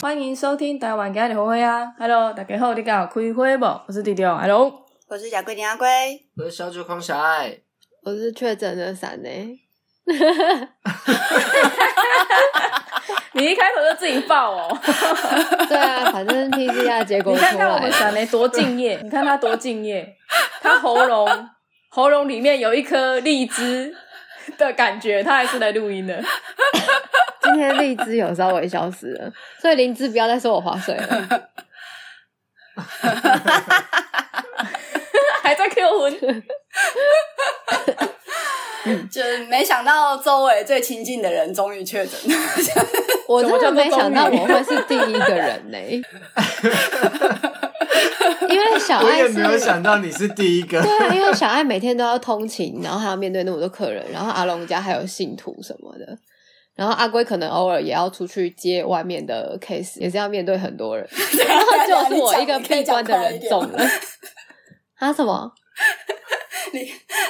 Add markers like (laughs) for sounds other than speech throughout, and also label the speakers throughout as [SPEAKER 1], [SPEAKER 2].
[SPEAKER 1] 欢迎收听台湾家的花花啊！Hello，大家好，你敢有开会不？我是弟弟，Hello，
[SPEAKER 2] 我是贾桂林阿龟，
[SPEAKER 3] 我是小酒狂小爱，
[SPEAKER 4] 我是确诊的闪呢、
[SPEAKER 1] 你一开头就自己爆哦！
[SPEAKER 4] 对啊，反正 PCR 结果
[SPEAKER 1] (laughs) 你
[SPEAKER 4] 出来
[SPEAKER 1] 看看我
[SPEAKER 4] 了
[SPEAKER 1] 们，闪雷多敬 (laughs) 业，你看他多敬业，他喉咙喉咙里面有一颗荔枝的感觉，他还是来录音的。 (laughs)
[SPEAKER 4] 今天荔枝有稍微消失了，所以林芝不要再说我划水了。
[SPEAKER 1] 还在 Q 魂，
[SPEAKER 2] 就是没想到周围最亲近的人终于确诊， (laughs)
[SPEAKER 4] 我真
[SPEAKER 1] 什么
[SPEAKER 4] 的
[SPEAKER 1] 叫做
[SPEAKER 4] 没想到
[SPEAKER 1] 终于
[SPEAKER 4] 我会是第一个人呢、因为小
[SPEAKER 3] 我
[SPEAKER 4] 爱
[SPEAKER 3] 也
[SPEAKER 4] 是
[SPEAKER 3] 没有想到你是第一个
[SPEAKER 4] 对。啊，因为小爱每天都要通勤，然后还要面对那么多客人，然后阿龙家还有信徒什么的，然后阿龟可能偶尔也要出去接外面的 case，也是要面对很多人，然后就是我一个闭关的人中了。啊什么？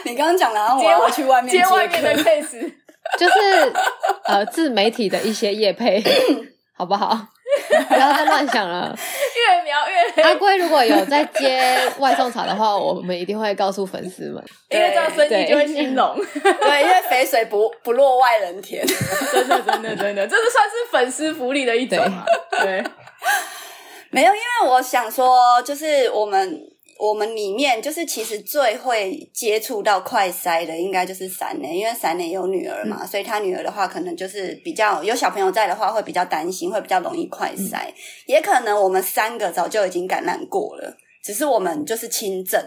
[SPEAKER 2] 你刚刚讲
[SPEAKER 1] 哦
[SPEAKER 2] 了，然后我要去外面
[SPEAKER 1] 接外
[SPEAKER 2] 客
[SPEAKER 1] 面的 case，
[SPEAKER 4] 就是呃自媒体的一些业配，好不好？不要再乱想了。
[SPEAKER 1] (laughs) 越描越黑，
[SPEAKER 4] 阿龟如果有在接外送茶的话，我们一定会告诉粉丝们。
[SPEAKER 1] 因为这样生意
[SPEAKER 4] 对
[SPEAKER 1] 就会兴隆。
[SPEAKER 2] (laughs) 对，因为肥水不不落外人田。
[SPEAKER 1] 真的，真的，真的，这是算是粉丝福利的一种啊。对，
[SPEAKER 2] 没有，因为我想说，就是我们我们里面，就是其实最会接触到快筛的，应该就是闪呢，因为闪呢有女儿嘛，所以她女儿的话，可能就是比较有小朋友在的话，会比较担心，会比较容易快筛。也可能我们三个早就已经感染过了，只是我们就是轻症。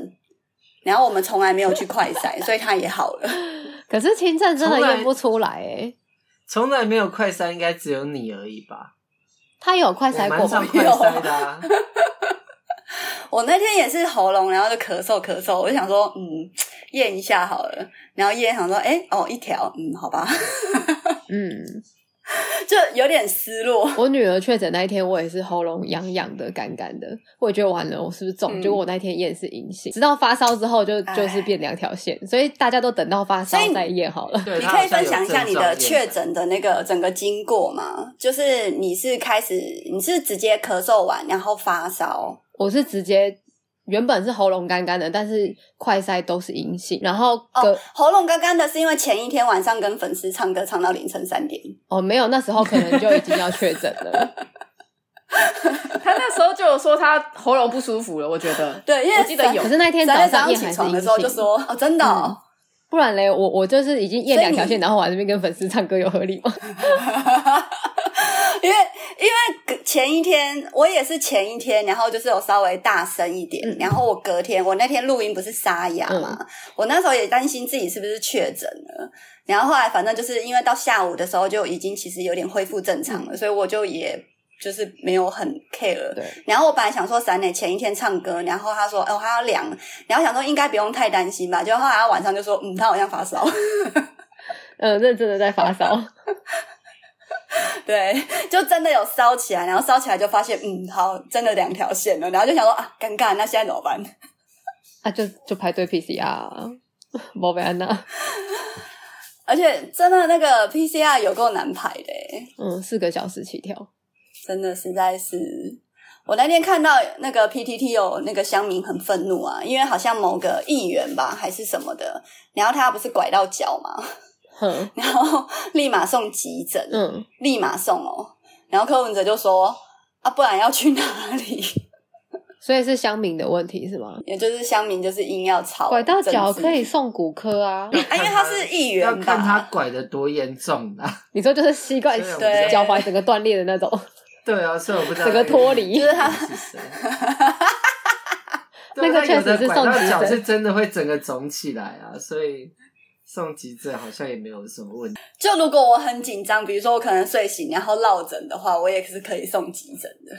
[SPEAKER 2] 然后我们从来没有去快筛， (laughs) 所以她也好了。
[SPEAKER 4] 可是清正真的
[SPEAKER 3] 从来
[SPEAKER 4] 验不出来哎、
[SPEAKER 3] (laughs) 从来没有快筛，应该只有你而已吧？
[SPEAKER 4] 他有快
[SPEAKER 3] 我
[SPEAKER 4] 筛
[SPEAKER 3] 蛮
[SPEAKER 4] 过
[SPEAKER 3] 常
[SPEAKER 4] 吗？
[SPEAKER 3] 快筛的啊，
[SPEAKER 2] 我那天也是喉咙，然后就咳嗽咳嗽，我就想说，嗯，验一下好了。然后验想说，哎，哦，一条，嗯，好吧。
[SPEAKER 4] 嗯。
[SPEAKER 2] 就有点失落。
[SPEAKER 4] 我女儿确诊那一天，我也是喉咙痒痒的、干干的，我也觉得完了，我是不是中？
[SPEAKER 2] 嗯
[SPEAKER 4] 结果我那天验是阴性，直到发烧之后就
[SPEAKER 2] 唉
[SPEAKER 4] 就是变两条线，所以大家都等到发烧
[SPEAKER 2] 所以你
[SPEAKER 4] 再验好了。
[SPEAKER 3] 对，
[SPEAKER 2] 你
[SPEAKER 3] 他
[SPEAKER 2] 可以
[SPEAKER 3] 好像
[SPEAKER 2] 分
[SPEAKER 3] 有
[SPEAKER 2] 享一下
[SPEAKER 3] 症
[SPEAKER 2] 你的
[SPEAKER 3] 状
[SPEAKER 2] 确。诊的那个整个经过吗？就是你是开始，你是直接咳嗽完，然后发烧，
[SPEAKER 4] 我是直接原本是喉咙干干的，但是快筛都是阴性，然后隔哦
[SPEAKER 2] 喉咙干干的，是因为前一天晚上跟粉丝唱歌唱到凌晨三点。
[SPEAKER 4] 哦没有，那时候可能就已经要确诊
[SPEAKER 2] (laughs)
[SPEAKER 4] 了。
[SPEAKER 1] 他那时候就有说他喉咙不舒服了，我觉得。
[SPEAKER 2] 对，因为
[SPEAKER 1] 我记得有
[SPEAKER 4] 可是那天
[SPEAKER 2] 三天早
[SPEAKER 4] 早上
[SPEAKER 2] 上
[SPEAKER 4] 验还
[SPEAKER 2] 起
[SPEAKER 4] 是
[SPEAKER 2] 床
[SPEAKER 4] 阴
[SPEAKER 2] 的时候
[SPEAKER 4] 性
[SPEAKER 2] 就，说：“哦，真的
[SPEAKER 3] 嗯
[SPEAKER 2] 哦、
[SPEAKER 4] 不然嘞，我我就是已经验
[SPEAKER 2] 所以
[SPEAKER 4] 两条
[SPEAKER 2] 你
[SPEAKER 4] 线，然后我还在那边跟粉丝唱歌，有合理吗？
[SPEAKER 2] 因为因为前一天我也是前一天，然后就是有稍微大声一点，
[SPEAKER 4] 嗯
[SPEAKER 2] 然后我隔天我那天录音不是沙哑嘛，我那时候也担心自己是不是确诊了，然后后来反正就是因为到下午的时候就已经其实有点恢复正常了，所以我就也就是没有很 care
[SPEAKER 4] 嗯对。
[SPEAKER 2] 然后我本来想说闪磊前一天唱歌，然后他说哦他要量，然后想说应该不用太担心吧，就后来他晚上就说嗯他好像发烧。
[SPEAKER 4] 嗯，认真的在发烧。
[SPEAKER 2] 对， (laughs) 就真的有烧起来，然后烧起来就发现，嗯，好，真的两条线了，然后就想说啊，尴尬，那现在怎么办？ (laughs)
[SPEAKER 4] 啊，就就排队 PCR，啊 (laughs) 莫贝安娜，
[SPEAKER 2] 而且真的那个 PCR 有够难排的欸，
[SPEAKER 4] 嗯，四个小时起跳，
[SPEAKER 2] 真的实在是。我那天看到那个 PTT 有那个乡民很愤怒啊，因为好像某个议员吧还是什么的，然后他不是拐到脚嘛，
[SPEAKER 4] 哼，
[SPEAKER 2] 然后立马送急诊，
[SPEAKER 4] 嗯，
[SPEAKER 2] 立马送哦。然后柯文哲就说啊，不然要去哪里？ (laughs)
[SPEAKER 4] 所以是乡民的问题是吗？
[SPEAKER 2] 也就是乡民就是硬要吵
[SPEAKER 4] 拐到脚
[SPEAKER 2] 政治
[SPEAKER 4] 可以送骨
[SPEAKER 2] (laughs)
[SPEAKER 4] 科啊，
[SPEAKER 2] 啊，因为他是议
[SPEAKER 3] 要
[SPEAKER 2] 员
[SPEAKER 3] 看他
[SPEAKER 2] 吧？
[SPEAKER 3] 拐的多严重啊！ (laughs)
[SPEAKER 4] 你说就是膝盖
[SPEAKER 3] 对啊
[SPEAKER 2] 对
[SPEAKER 4] 脚踝整个断裂的那种，
[SPEAKER 3] 对啊，所以我不知道
[SPEAKER 4] 整个脱离
[SPEAKER 3] 那个人是谁。对
[SPEAKER 4] (laughs) 那个确实是
[SPEAKER 3] 他有的拐
[SPEAKER 4] 送急
[SPEAKER 3] 到脚
[SPEAKER 4] 诊
[SPEAKER 3] 是真的会整个肿起来啊，所以送急诊好像也没有什么问题。
[SPEAKER 2] 就如果我很紧张，比如说我可能睡醒然后落枕的话，我也是可以送急诊的。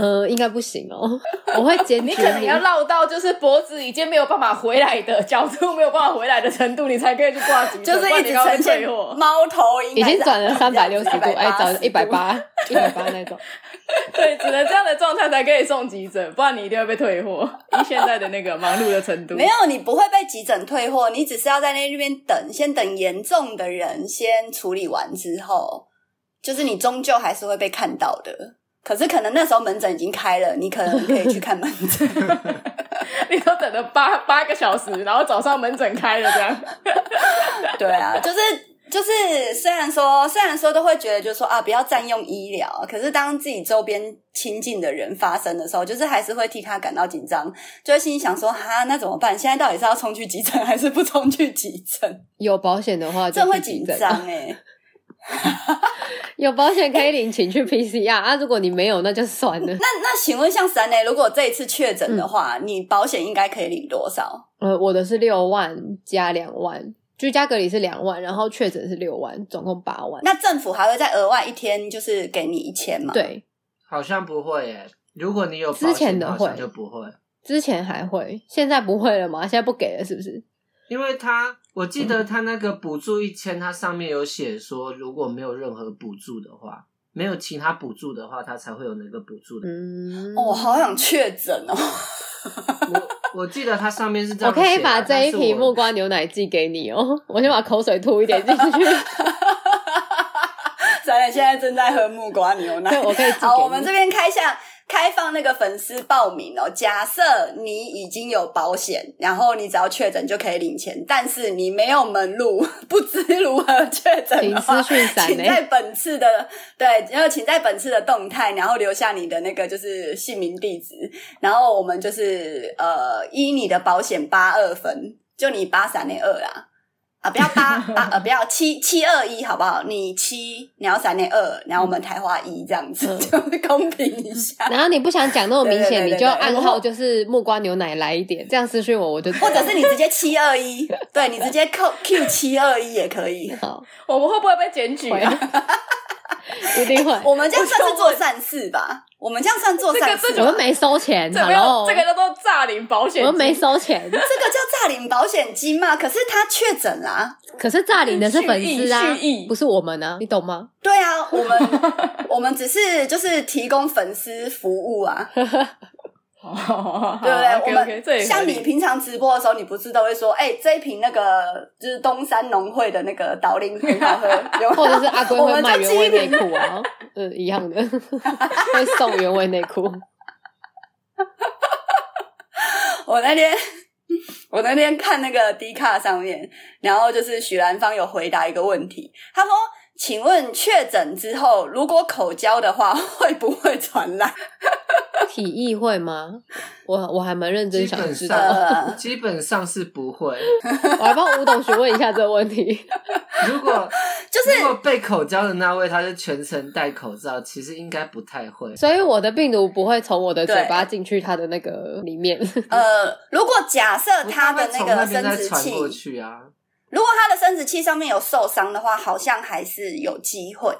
[SPEAKER 4] 嗯，应该不行哦，我会检
[SPEAKER 1] 你
[SPEAKER 4] 举
[SPEAKER 1] 可能要绕到就是脖子已经没有办法回来的角度，没有办法回来的程度，你才可以去挂急诊，
[SPEAKER 2] 就是
[SPEAKER 1] 不然
[SPEAKER 2] 一
[SPEAKER 1] 你
[SPEAKER 2] 直
[SPEAKER 1] 刚刚
[SPEAKER 2] 呈
[SPEAKER 1] 会
[SPEAKER 2] 现
[SPEAKER 1] 退货。
[SPEAKER 2] 猫头鹰，
[SPEAKER 4] 已经转了三百六十
[SPEAKER 2] (laughs) 还是
[SPEAKER 4] 度，哎，转一百
[SPEAKER 2] 180度。
[SPEAKER 4] 八，一百八那种，
[SPEAKER 1] 对，只能这样的状态才可以送急诊，不然你一定会被退货。以现在的那个忙碌的程度，
[SPEAKER 2] 没有，你不会被急诊退货，你只是要在那边等，先等严重的人先处理完之后，就是你终究还是会被看到的。可是可能那时候门诊已经开了，你可能可以去看门诊。
[SPEAKER 1] 你都等了八八个小时，然后早上门诊开了这样。
[SPEAKER 2] (laughs) 对啊，就是就是，虽然说虽然说都会觉得，就是说啊，不要占用医疗，可是当自己周边亲近的人发生的时候，就是还是会替他感到紧张，就会心里想说，哈，那怎么办？现在到底是要冲去急诊还是不冲去急诊？
[SPEAKER 4] 有保险的话就
[SPEAKER 2] 这会
[SPEAKER 4] 去急
[SPEAKER 2] 紧
[SPEAKER 4] 诊
[SPEAKER 2] 张哎、
[SPEAKER 4] 有保险可以领，请去 PCR 啊！如果你没有，那就算了。
[SPEAKER 2] 那那请问，像三 A，如果这一次确诊
[SPEAKER 4] 嗯
[SPEAKER 2] 的话，你保险应该可以领多少？
[SPEAKER 4] 呃，我的是六万加两万，居家隔离是两万，然后确诊是六万，总共八万。
[SPEAKER 2] 那政府还会再额外一天，就是给你一千吗？，
[SPEAKER 4] 对，
[SPEAKER 3] 好像不会耶。如果你有保
[SPEAKER 4] 之前
[SPEAKER 3] 险，
[SPEAKER 4] 的
[SPEAKER 3] 好
[SPEAKER 4] 会
[SPEAKER 3] 像就不会，
[SPEAKER 4] 之前还会，现在不会了吗？现在不给了是不是？
[SPEAKER 3] 因为他我记得他那个补助一千，它上面有写说，如果没有任何补助的话，没有其他补助的话，它才会有那个补助的。
[SPEAKER 4] 嗯，
[SPEAKER 2] 哦，我好想确诊哦。
[SPEAKER 3] 我我记得它上面是这
[SPEAKER 4] 我
[SPEAKER 3] 样写的。啊
[SPEAKER 4] 可以把这
[SPEAKER 3] 但
[SPEAKER 4] 一
[SPEAKER 3] 是
[SPEAKER 4] 瓶
[SPEAKER 3] 我
[SPEAKER 4] 木瓜牛奶寄给你哦，我先把口水吐一点进去。
[SPEAKER 2] (laughs) 咱俩现在正在喝木瓜牛奶。
[SPEAKER 4] 对我可以寄给
[SPEAKER 2] 好，
[SPEAKER 4] 你
[SPEAKER 2] 我们这边开下开放那个粉丝报名哦。假设你已经有保险，然后你只要确诊就可以领钱，但是你没有门路， (laughs) 不知如何确诊的话，
[SPEAKER 4] 请私讯闪
[SPEAKER 2] 请
[SPEAKER 4] 欸
[SPEAKER 2] 在本次的对，然后请在本次的动态，然后留下你的那个就是姓名地址，然后我们就是呃依你的保险八二分，就你八三那二啦。啊，不要
[SPEAKER 1] (laughs)
[SPEAKER 2] 八八呃，不要七七二一，好不好？你七，你要三那二，然后我们台花一这样子，
[SPEAKER 1] 嗯
[SPEAKER 2] 就公平一 (laughs) 下。
[SPEAKER 4] 然后你不想讲那么明显，
[SPEAKER 2] 对对对对
[SPEAKER 4] 你就暗
[SPEAKER 2] 然
[SPEAKER 4] 号
[SPEAKER 2] 后
[SPEAKER 4] 就是木瓜牛奶来一点，这样私讯我我就知道
[SPEAKER 2] 或者是你直接七二一，
[SPEAKER 1] (laughs)
[SPEAKER 2] 对你直接扣 Q 七二一也可以。
[SPEAKER 4] 好，
[SPEAKER 1] 我们会不会被检举
[SPEAKER 4] 会
[SPEAKER 1] 啊？
[SPEAKER 4] 啊， (laughs) 一定会。
[SPEAKER 2] 我们这样算是做善事吧？我们这样算做善
[SPEAKER 1] 这
[SPEAKER 2] 事吧？
[SPEAKER 1] 个
[SPEAKER 4] 我又没收钱
[SPEAKER 1] 这没
[SPEAKER 4] ，Hello，
[SPEAKER 1] 有，这个叫做诈领保险金。
[SPEAKER 4] 我又没收钱，
[SPEAKER 2] 这个叫诈领保险金嘛？可是他确诊啦、
[SPEAKER 4] 可是诈领的是粉丝啊
[SPEAKER 1] 蓄意蓄意，
[SPEAKER 4] 不是我们啊，你懂吗？
[SPEAKER 2] 对啊，
[SPEAKER 1] (laughs)
[SPEAKER 2] 我们我们只是就是提供粉丝服务啊，对
[SPEAKER 1] 哦，
[SPEAKER 2] 不对？我
[SPEAKER 1] o k
[SPEAKER 2] 们
[SPEAKER 1] o 这也合
[SPEAKER 2] 像
[SPEAKER 1] 理
[SPEAKER 2] 你平常直播的时候，你不是都会说，哎、这一瓶那个就是东山农会的那个导林很好喝，
[SPEAKER 4] (laughs)
[SPEAKER 2] 有没有
[SPEAKER 4] 或者是阿龟
[SPEAKER 2] 我 (laughs)
[SPEAKER 4] 会
[SPEAKER 2] 们
[SPEAKER 4] 卖
[SPEAKER 2] 就
[SPEAKER 4] 原
[SPEAKER 2] 寄
[SPEAKER 4] 味
[SPEAKER 2] 一
[SPEAKER 4] 内
[SPEAKER 2] 瓶
[SPEAKER 4] 裤啊，嗯，一样的， (laughs) 会送原味内裤。
[SPEAKER 2] 我那天我那天看那个 D 卡上面，然后就是许兰芳有回答一个问题，她说：“请问确诊之后，如果口交的话，会不会传
[SPEAKER 4] (laughs)
[SPEAKER 2] 染
[SPEAKER 4] 体议会吗？我我还蛮认真
[SPEAKER 3] 基
[SPEAKER 4] 想
[SPEAKER 3] 本
[SPEAKER 4] 知道，
[SPEAKER 2] 呃
[SPEAKER 3] 上基本上是不会。
[SPEAKER 4] 我还帮吴董询问一下这个问题。
[SPEAKER 3] 如
[SPEAKER 4] (laughs)
[SPEAKER 3] 果
[SPEAKER 2] 就是
[SPEAKER 3] 如果被口交的那位，他是全程戴口罩，其实应该不太会。
[SPEAKER 4] 所以我的病毒不会从我的嘴巴进去它的那个里面，？”
[SPEAKER 2] 呃，如果假设他的
[SPEAKER 3] 从
[SPEAKER 2] 那个
[SPEAKER 3] 边
[SPEAKER 2] 生
[SPEAKER 3] 再
[SPEAKER 2] 殖
[SPEAKER 3] 传
[SPEAKER 2] 器，
[SPEAKER 3] 过
[SPEAKER 2] (laughs)
[SPEAKER 3] 去啊，
[SPEAKER 2] 如果他的生殖器上面有受伤的话，好像还是有机会。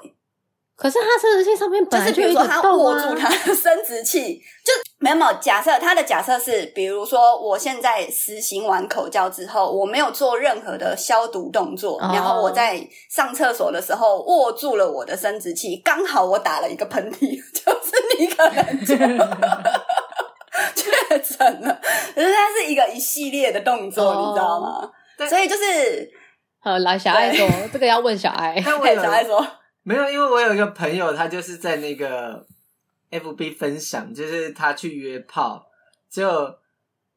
[SPEAKER 4] 可是它生殖器上面
[SPEAKER 2] 就
[SPEAKER 4] 本来
[SPEAKER 2] 是比
[SPEAKER 4] 有
[SPEAKER 2] 如
[SPEAKER 4] 一
[SPEAKER 2] 说
[SPEAKER 4] 个
[SPEAKER 2] 他
[SPEAKER 4] 洞
[SPEAKER 2] 握住他
[SPEAKER 4] 啊。
[SPEAKER 2] 的生殖器， (laughs) 就没有没有假设，他的假设是，比如说我现在实行完口交之后，我没有做任何的消毒动作，
[SPEAKER 4] 哦
[SPEAKER 2] 然后我在上厕所的时候握住了我的生殖器，刚好我打了一个喷嚏， (laughs) 就是你可能
[SPEAKER 4] (laughs)
[SPEAKER 2] 就确诊了，可是它是一个一系列的动作，
[SPEAKER 4] 哦
[SPEAKER 2] 你知道吗？
[SPEAKER 3] 对
[SPEAKER 2] 所以就是，
[SPEAKER 4] 好，来小爱说，这个要问小
[SPEAKER 3] (laughs)
[SPEAKER 4] 爱。
[SPEAKER 3] 但我
[SPEAKER 2] 对，
[SPEAKER 3] 有
[SPEAKER 2] 小爱说，
[SPEAKER 3] 没有？因为我有一个朋友，他就是在那个 FB 分享，就是他去约炮，就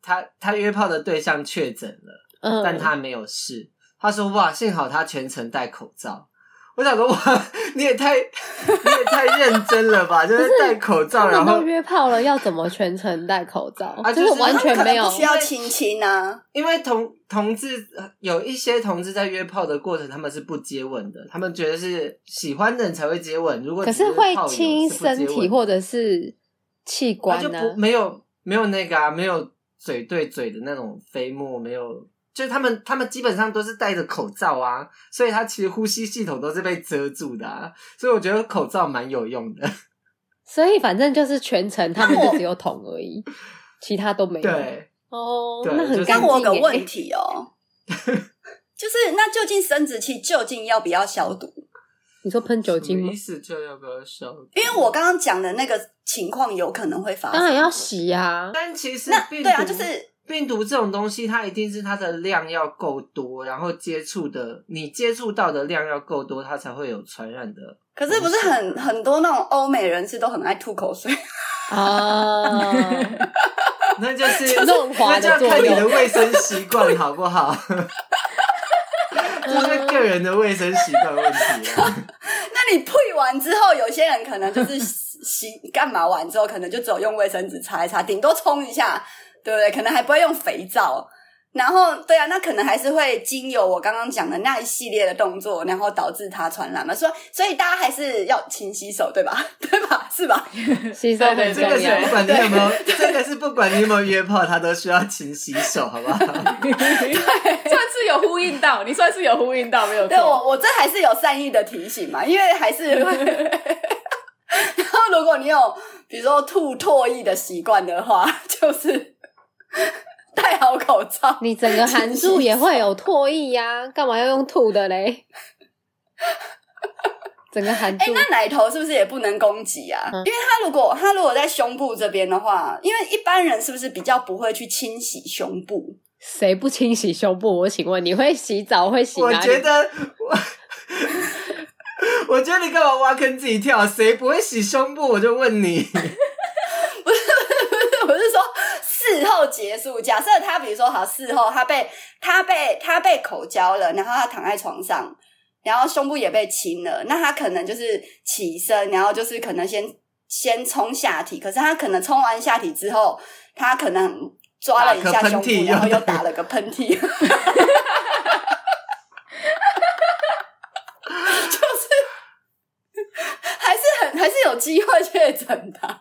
[SPEAKER 3] 他他约炮的对象确诊了，
[SPEAKER 4] 嗯，
[SPEAKER 3] 但他没有事。他说：“哇，幸好他全程戴口罩。”我想说：“哇， (laughs) 你也太你也太认真了
[SPEAKER 4] (laughs)
[SPEAKER 3] 吧？就是戴口罩，
[SPEAKER 4] 他
[SPEAKER 3] 然
[SPEAKER 4] 们
[SPEAKER 3] 后
[SPEAKER 4] 都约炮了，要怎么全程戴口罩？
[SPEAKER 3] 啊
[SPEAKER 4] 就是
[SPEAKER 3] 就是
[SPEAKER 4] 完全
[SPEAKER 2] 可
[SPEAKER 4] 没
[SPEAKER 2] 能
[SPEAKER 4] 有
[SPEAKER 2] 不。需要亲亲啊。
[SPEAKER 3] 因为同同志呃有一些同志在约炮的过程，他们是不接吻的，他们觉得是喜欢的人才会接吻。如果
[SPEAKER 4] 可
[SPEAKER 3] 只是
[SPEAKER 4] 会
[SPEAKER 3] 炮友
[SPEAKER 4] 亲
[SPEAKER 3] 是不接吻
[SPEAKER 4] 身体或者是器
[SPEAKER 3] 他
[SPEAKER 4] 官
[SPEAKER 3] 就
[SPEAKER 4] 呢、
[SPEAKER 3] 不嗯没有没有那个啊，没有嘴对嘴的那种飞沫，没有，就是他们他们基本上都是戴着口罩啊，所以他其实呼吸系统都是被遮住的啊，所以我觉得口罩蛮有
[SPEAKER 2] (laughs)
[SPEAKER 3] 用的。
[SPEAKER 4] 所以反正就是全程他们
[SPEAKER 2] 那我
[SPEAKER 4] 就只有捅而已，其他都没有。
[SPEAKER 2] (laughs)
[SPEAKER 3] 对，
[SPEAKER 4] 哦，
[SPEAKER 3] 对
[SPEAKER 4] 那很
[SPEAKER 3] 就是
[SPEAKER 4] 干
[SPEAKER 2] 但
[SPEAKER 4] 净
[SPEAKER 2] 我有个
[SPEAKER 4] 耶
[SPEAKER 2] 问，题
[SPEAKER 4] (laughs)
[SPEAKER 2] 哦，就是那究竟生殖器究竟要不要消毒？
[SPEAKER 4] 你说喷酒精
[SPEAKER 3] 什么
[SPEAKER 4] 吗
[SPEAKER 3] 意？思就要不要消毒？
[SPEAKER 2] 因为我刚刚讲的那个情况有可能会发生，
[SPEAKER 4] 当然要洗啊呀、
[SPEAKER 3] 但其实
[SPEAKER 2] 那
[SPEAKER 3] 病
[SPEAKER 2] 对啊，
[SPEAKER 3] 毒
[SPEAKER 2] 就是
[SPEAKER 3] 病毒这种东西，它一定是它的量要够多，然后接触的你接触到的量要够多，它才会有传染的
[SPEAKER 2] 可是不是很很多那种欧美人士都很爱吐口水，
[SPEAKER 4] 啊，
[SPEAKER 3] (laughs) 那
[SPEAKER 4] (laughs)
[SPEAKER 3] 就是
[SPEAKER 4] 润
[SPEAKER 3] 那
[SPEAKER 4] 滑
[SPEAKER 3] 就
[SPEAKER 4] 的
[SPEAKER 3] 要
[SPEAKER 4] 作
[SPEAKER 3] 看你的
[SPEAKER 4] 用。
[SPEAKER 3] 卫生习
[SPEAKER 4] (laughs)
[SPEAKER 3] 惯好不好？这是个人的卫生习惯问题
[SPEAKER 4] (laughs)
[SPEAKER 3] 啊。
[SPEAKER 2] 那你呸完之后，有些人可能就是洗洗干嘛完之后，可能就只有用卫生纸擦一擦，顶多冲一下，对不对？可能还不会用肥皂。然后，对啊，那可能还是会经由我刚刚讲的那一系列的动作，然后导致它传染嘛。所以，所以大家还是要勤洗手，对吧？ (laughs) 对吧？是吧？
[SPEAKER 4] 洗手很
[SPEAKER 1] 对对
[SPEAKER 4] 重
[SPEAKER 3] 这个是
[SPEAKER 4] 要。
[SPEAKER 3] 不管你有没有，
[SPEAKER 4] (laughs)
[SPEAKER 3] 这个是不管你有没有约炮，他都需要勤洗手，好不
[SPEAKER 4] (laughs)
[SPEAKER 3] 好？
[SPEAKER 1] 算是有呼应到，你算是有呼应到，没有
[SPEAKER 2] 对
[SPEAKER 1] 错。
[SPEAKER 2] 我，我这还是有善意的提醒嘛，因为还是会。 (laughs) 然后，如果你有比如说吐唾液的习惯的话，就是戴好口罩。
[SPEAKER 4] 你整个函数也会有唾液 (laughs) 呀、干嘛要用吐的 (laughs) 嘞？整个函
[SPEAKER 2] 哎、
[SPEAKER 4] 数、
[SPEAKER 2] 那奶头是不是也不能攻击啊？因为它如果它如果在胸部这边的话，因为一般人是不是比较不会去清洗胸部？
[SPEAKER 4] 谁不清洗胸部？我请问，你会洗澡会洗
[SPEAKER 3] 我
[SPEAKER 4] 哪里？
[SPEAKER 3] 觉得 (laughs) 我。我觉得你干嘛挖坑自己跳？谁不会洗胸部？我就问你，
[SPEAKER 2] (laughs) 我是说事后结束，假设他比如说好事后他被他被他被口交了，然后他躺在床上，然后胸部也被亲了，那他可能就是起身，然后就是可能先先冲下体，可是他可能冲完下体之后，他可能抓了一
[SPEAKER 3] 打
[SPEAKER 2] 下
[SPEAKER 3] 个
[SPEAKER 2] 胸部，
[SPEAKER 3] 喷嚏
[SPEAKER 2] 然后
[SPEAKER 3] 又
[SPEAKER 2] 又打了个喷嚏。还是很还是有机会确诊的啊、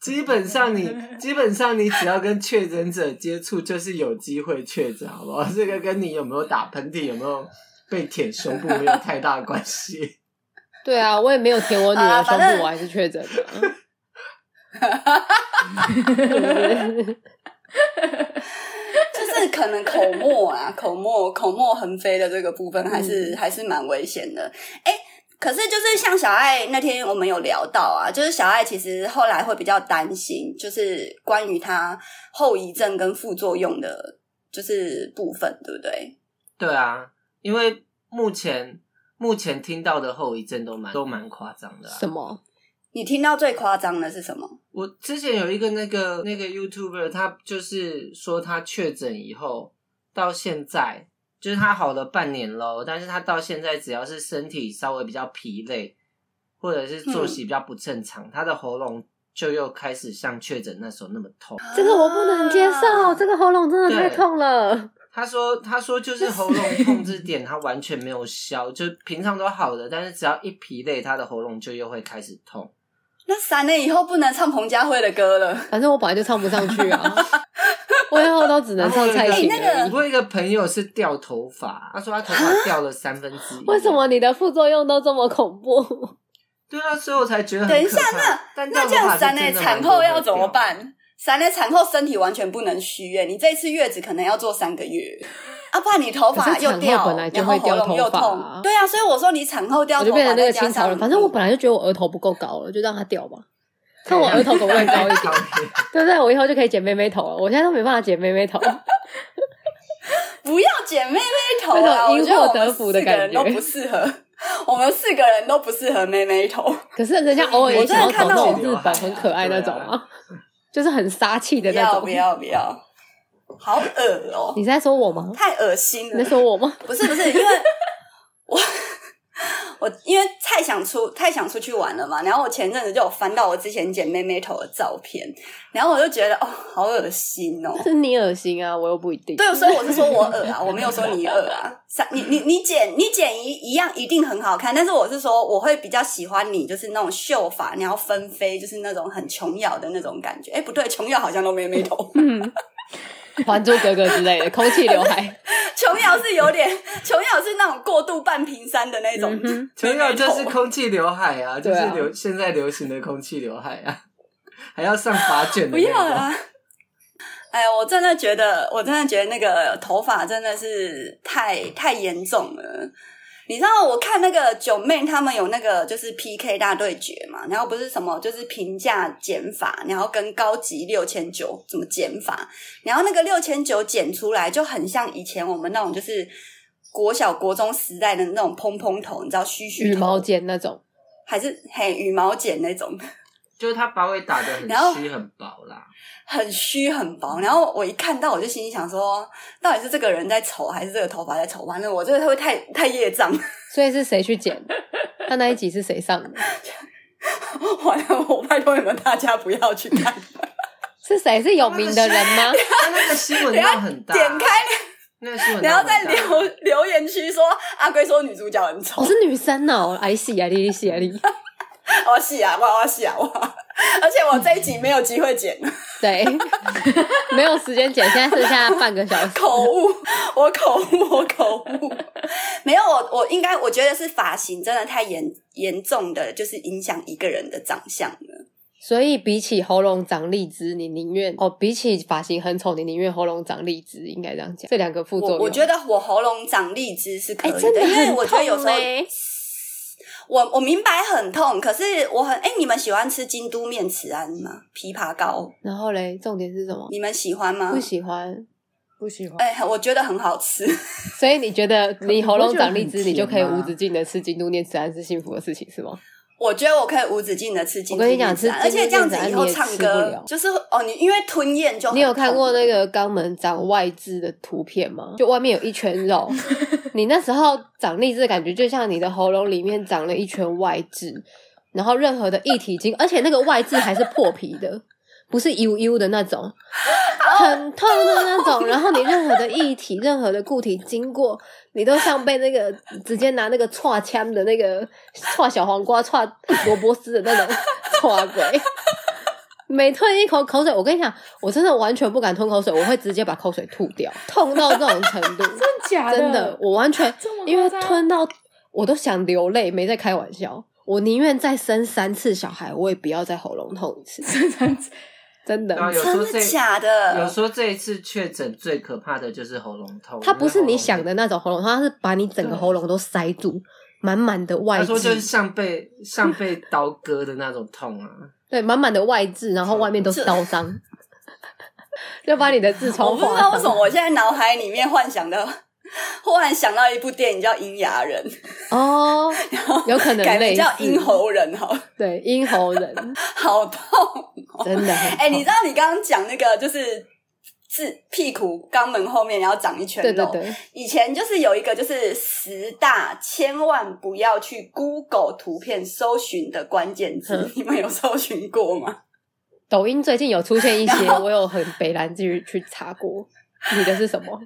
[SPEAKER 3] 基本上你基本上你只要跟确诊者接触，就是有机会确诊，好不 (laughs) 好？这个跟你有没有打喷嚏、有没有被舔胸部没有太大关系。
[SPEAKER 4] 对啊，我也没有舔我女
[SPEAKER 2] 好
[SPEAKER 4] 儿
[SPEAKER 2] 啦
[SPEAKER 4] 胸
[SPEAKER 2] 反
[SPEAKER 4] 部，
[SPEAKER 2] 正
[SPEAKER 4] 我还是确诊的。 (laughs)
[SPEAKER 2] 就是可能口沫啊，口沫口沫横飞的这个部分还是、还是蛮危险的。哎、可是就是像小爱那天我们有聊到啊，就是小爱其实后来会比较担心，就是关于她后遗症跟副作用的，就是部分，对不对？
[SPEAKER 3] (laughs) 对啊，因为目前目前听到的后遗症都蛮都蛮夸张的、啊。
[SPEAKER 4] 什么？
[SPEAKER 2] 你听到最夸张的是什么？
[SPEAKER 3] 我之前有一个那个那个 YouTuber，他就是说他确诊以后到现在，就是他好了半年喽，但是他到现在只要是身体稍微比较疲累，或者是作息比较不正常，他的喉咙就又开始像确诊那时候那么痛。
[SPEAKER 4] 这个我不能接受，
[SPEAKER 2] 啊
[SPEAKER 4] 这个喉咙真的太
[SPEAKER 3] 对
[SPEAKER 4] 痛了。
[SPEAKER 3] 他说：“他说就是喉咙痛这点，他完全没有消，就平常都好的，但是只要一疲累，他的喉咙就又会开始痛。
[SPEAKER 2] 那三年以后不能唱彭佳慧的歌了。
[SPEAKER 4] 反正我本来就唱不上去 (laughs) 啊，我以后都只能唱蔡琴
[SPEAKER 2] 哎那
[SPEAKER 4] 而
[SPEAKER 2] 个啊
[SPEAKER 4] 已。
[SPEAKER 3] 我有一个朋友是掉头发，他说他头发掉了三分之一。
[SPEAKER 4] 为什么你的副作用都这么恐 (laughs) 怖？
[SPEAKER 3] 对啊，所以我才觉得很
[SPEAKER 2] 等一下
[SPEAKER 3] 可怕但
[SPEAKER 2] 那这样三
[SPEAKER 3] 内
[SPEAKER 2] 年产后要怎么？办？三年产后身体完全不能虚耶，你这一次月子可能要做三个月， (laughs) 啊，不然你头发
[SPEAKER 4] 可是产
[SPEAKER 2] 又
[SPEAKER 4] 后
[SPEAKER 2] 掉，
[SPEAKER 4] 本来就
[SPEAKER 2] 然后
[SPEAKER 4] 会掉
[SPEAKER 2] 喉咙又
[SPEAKER 4] 头发啊
[SPEAKER 2] 痛，对啊，所以我说你产后掉
[SPEAKER 4] 我
[SPEAKER 2] 头
[SPEAKER 4] 就
[SPEAKER 2] 发，
[SPEAKER 4] 变成那个
[SPEAKER 2] 再加
[SPEAKER 4] 清朝人。
[SPEAKER 2] 上
[SPEAKER 4] 反正我本来就觉得我额头不够高了，就让它掉吧。看我额头可不可
[SPEAKER 3] 对
[SPEAKER 4] 以高一
[SPEAKER 2] (laughs)
[SPEAKER 4] 点？
[SPEAKER 3] 高一点。
[SPEAKER 4] 对不对？我以后就可以剪妹妹头了。我现在都没办法剪妹妹头。
[SPEAKER 2] 不要剪妹妹头
[SPEAKER 4] 那
[SPEAKER 2] 啊，
[SPEAKER 4] 种
[SPEAKER 2] 我
[SPEAKER 4] 因
[SPEAKER 2] 觉得
[SPEAKER 4] 祸
[SPEAKER 2] 我
[SPEAKER 4] 得
[SPEAKER 2] 们
[SPEAKER 4] 福
[SPEAKER 2] 四
[SPEAKER 4] 的
[SPEAKER 2] 个
[SPEAKER 4] 感
[SPEAKER 2] 人
[SPEAKER 4] 觉
[SPEAKER 2] 都不适合，我们四个人都不适合妹妹头。
[SPEAKER 4] 可是人家偶尔也想要走那种
[SPEAKER 2] 我真的看到我
[SPEAKER 4] 日本很可爱那种
[SPEAKER 3] 对
[SPEAKER 4] 啊，就是很杀气
[SPEAKER 2] 不
[SPEAKER 4] 的那
[SPEAKER 2] 要
[SPEAKER 4] 种。
[SPEAKER 2] 不要不要，好恶哦、
[SPEAKER 4] 你是在说我吗？
[SPEAKER 2] 太恶心
[SPEAKER 4] 你
[SPEAKER 2] 了
[SPEAKER 4] 在。说我吗？
[SPEAKER 2] 不是不是，因为 (laughs) 我我因为太想出太想出去玩了嘛，然后我前阵子就有翻到我之前剪妹妹头的照片，然后我就觉得哦，好恶心哦。
[SPEAKER 4] 是你恶心啊，我又不一定。
[SPEAKER 2] 对，所以我是说我恶啊，我没有说你恶啊。三，你你你剪你剪一一样一定很好看，但是我是说我会比较喜欢你，就是那种秀发，然后纷飞，就是那种很琼瑶的那种感觉。哎，不对，琼瑶好像都妹妹头， (laughs)
[SPEAKER 4] 《还珠格格》之类的，空气刘海。
[SPEAKER 2] 琼瑶是有点，琼瑶是那种过度半平山的那种妹
[SPEAKER 4] 嗯
[SPEAKER 2] 妹
[SPEAKER 4] 哼
[SPEAKER 2] 头。
[SPEAKER 3] 陈友就是空气刘海啊，就是
[SPEAKER 4] 对啊
[SPEAKER 3] 流现在流行的空气刘海啊， (laughs) 还要上发卷
[SPEAKER 2] 不
[SPEAKER 3] 的那种。
[SPEAKER 2] 要啊啦！ (laughs) 哎，我真的觉得，我真的觉得那个头发真的是太太严重了。你知道我看那个九妹他们有那个就是 PK 大对决嘛，然后不是什么就是平价减法，然后跟高级六千九怎么减法，然后那个六千九减出来就很像以前我们那种就是国小国中时代的那种蓬蓬头，你知道须须
[SPEAKER 4] 羽
[SPEAKER 2] 头
[SPEAKER 4] 毛，尖那种，
[SPEAKER 2] 还是嘿羽毛剪那种，
[SPEAKER 3] 就是他把尾打的很
[SPEAKER 2] 然后
[SPEAKER 3] 虚很薄
[SPEAKER 2] (laughs)
[SPEAKER 3] 啦。
[SPEAKER 2] 很虚很薄。然后我一看到，我就心里想说，到底是这个人在丑，还是这个头发在丑？完了，我这个会不会太太业障，
[SPEAKER 4] 所以是谁去剪？他那一集是谁上的？
[SPEAKER 2] (laughs) 完了，我拜托你们大家不要去看。
[SPEAKER 4] 是谁是有名的人吗？
[SPEAKER 3] 但那个新闻闹很大，
[SPEAKER 2] 点开
[SPEAKER 3] 那个新闻，
[SPEAKER 2] 然后在留。留言区说阿龟说女主角很丑
[SPEAKER 4] 我、，是女生哦，哎西啊，莉莉西啊，莉。
[SPEAKER 2] 我洗啊哇我洗啊 (laughs) 哇，而且我这一集没有机会剪，
[SPEAKER 4] 对， (laughs) 没有时间剪，现在剩下半个小时。
[SPEAKER 2] 口误，我口误，我口误， (laughs) 没有我我应该我觉得是发型真的太严严重的，就是影响一个人的长相了。
[SPEAKER 4] 所以比起喉咙长荔枝，你宁愿哦，比起发型很丑，你宁愿喉咙长荔枝，应该这样讲。这两个副作
[SPEAKER 2] 我
[SPEAKER 4] 用，
[SPEAKER 2] 我觉得我喉咙长荔枝是可以
[SPEAKER 4] 哎真的
[SPEAKER 2] 因为
[SPEAKER 4] 很
[SPEAKER 2] 我觉得有时候
[SPEAKER 4] 痛欸
[SPEAKER 2] 我我明白很痛，可是我很哎、你们喜欢吃京都面豉安吗？枇杷膏，
[SPEAKER 4] 然后嘞，重点是什么？
[SPEAKER 2] 你们喜欢吗
[SPEAKER 4] 不？喜欢，
[SPEAKER 1] 不喜欢。
[SPEAKER 2] 哎、我觉得很好吃。 (laughs)
[SPEAKER 4] 所以你觉得你喉咙长荔枝，
[SPEAKER 3] 你不
[SPEAKER 4] 你
[SPEAKER 3] 觉得很
[SPEAKER 4] 就可以
[SPEAKER 3] 甜吗
[SPEAKER 4] 无止境的吃京都念慈庵是幸福的事情是吗？
[SPEAKER 2] 我觉得我可以无止境的吃金
[SPEAKER 4] 我跟你讲
[SPEAKER 2] 吃，
[SPEAKER 4] 吃
[SPEAKER 2] 啊而且这样子以后唱
[SPEAKER 4] 金针啊
[SPEAKER 2] 歌
[SPEAKER 4] 莲子你也吃不了
[SPEAKER 2] 就是哦，你因为吞咽就很
[SPEAKER 4] 你有看过
[SPEAKER 2] 痛
[SPEAKER 4] 那个肛门长外痔的图片吗？就外面有一圈
[SPEAKER 2] (laughs)
[SPEAKER 4] 肉，你那时候长荔枝的感觉就像你的喉咙里面长了一圈外痔，然后任何的液体经，而且那个外痔还是破皮的。不是油油的
[SPEAKER 2] (laughs)
[SPEAKER 4] 那种，很痛的那种。然后你任何的液体、任何的固体经过，你都像被那个直接拿那个叉枪的那个叉小黄瓜、叉萝卜丝的那种 (laughs) 叉鬼。每吞一口口水，我跟你讲，我真的完全不敢吞口水，我会直接把口水吐掉，痛到这种程
[SPEAKER 2] (laughs)
[SPEAKER 4] 度，
[SPEAKER 1] 真的假
[SPEAKER 4] 真的，我完全
[SPEAKER 1] 这么夸张
[SPEAKER 4] 因为吞到我都想流泪，没在开玩笑。我宁愿再生三次小孩，我也不要再喉咙痛一次，真的
[SPEAKER 3] 然。后啊有时候
[SPEAKER 2] 真
[SPEAKER 3] 这
[SPEAKER 2] 的假
[SPEAKER 3] 有
[SPEAKER 2] 的？
[SPEAKER 3] 说这一次确诊最可怕的就是喉咙痛，
[SPEAKER 4] 它不是你想
[SPEAKER 3] 的。
[SPEAKER 4] 的那种喉咙痛，它是把你整个
[SPEAKER 3] 对
[SPEAKER 4] 喉咙都塞住，满满的外
[SPEAKER 3] 他说就是
[SPEAKER 4] 痔，
[SPEAKER 3] 像被像被刀割的那种痛 (laughs) 啊，
[SPEAKER 4] 对，满满的外痔，然后外面都是
[SPEAKER 2] 这
[SPEAKER 4] 刀伤，就把你的痔
[SPEAKER 2] 我
[SPEAKER 4] 疮
[SPEAKER 2] 不知道
[SPEAKER 4] 划
[SPEAKER 2] 为什么
[SPEAKER 4] 伤。
[SPEAKER 2] 我现在脑海里面幻想的， (laughs) 忽然想到一部电影叫《阴牙人
[SPEAKER 4] 哦，》，有可能
[SPEAKER 2] 改名
[SPEAKER 4] 类
[SPEAKER 2] 叫《
[SPEAKER 4] 似
[SPEAKER 2] 阴喉人》好了，
[SPEAKER 4] 对阴喉人，
[SPEAKER 2] 好痛！
[SPEAKER 4] 真的很痛。
[SPEAKER 2] 哎、你知道你刚刚讲那个就是。自屁股、肛门后面，然后长一圈肉。
[SPEAKER 4] 对对对，
[SPEAKER 2] 以前就是有一个就是十大千万不要去 Google 图片搜寻的关键字，
[SPEAKER 4] 嗯
[SPEAKER 2] 你们有搜寻过吗？
[SPEAKER 4] 抖音最近有出现一些，
[SPEAKER 2] 然后
[SPEAKER 4] 我有很北蓝去去查过，你的是什
[SPEAKER 2] 嗯
[SPEAKER 4] 么？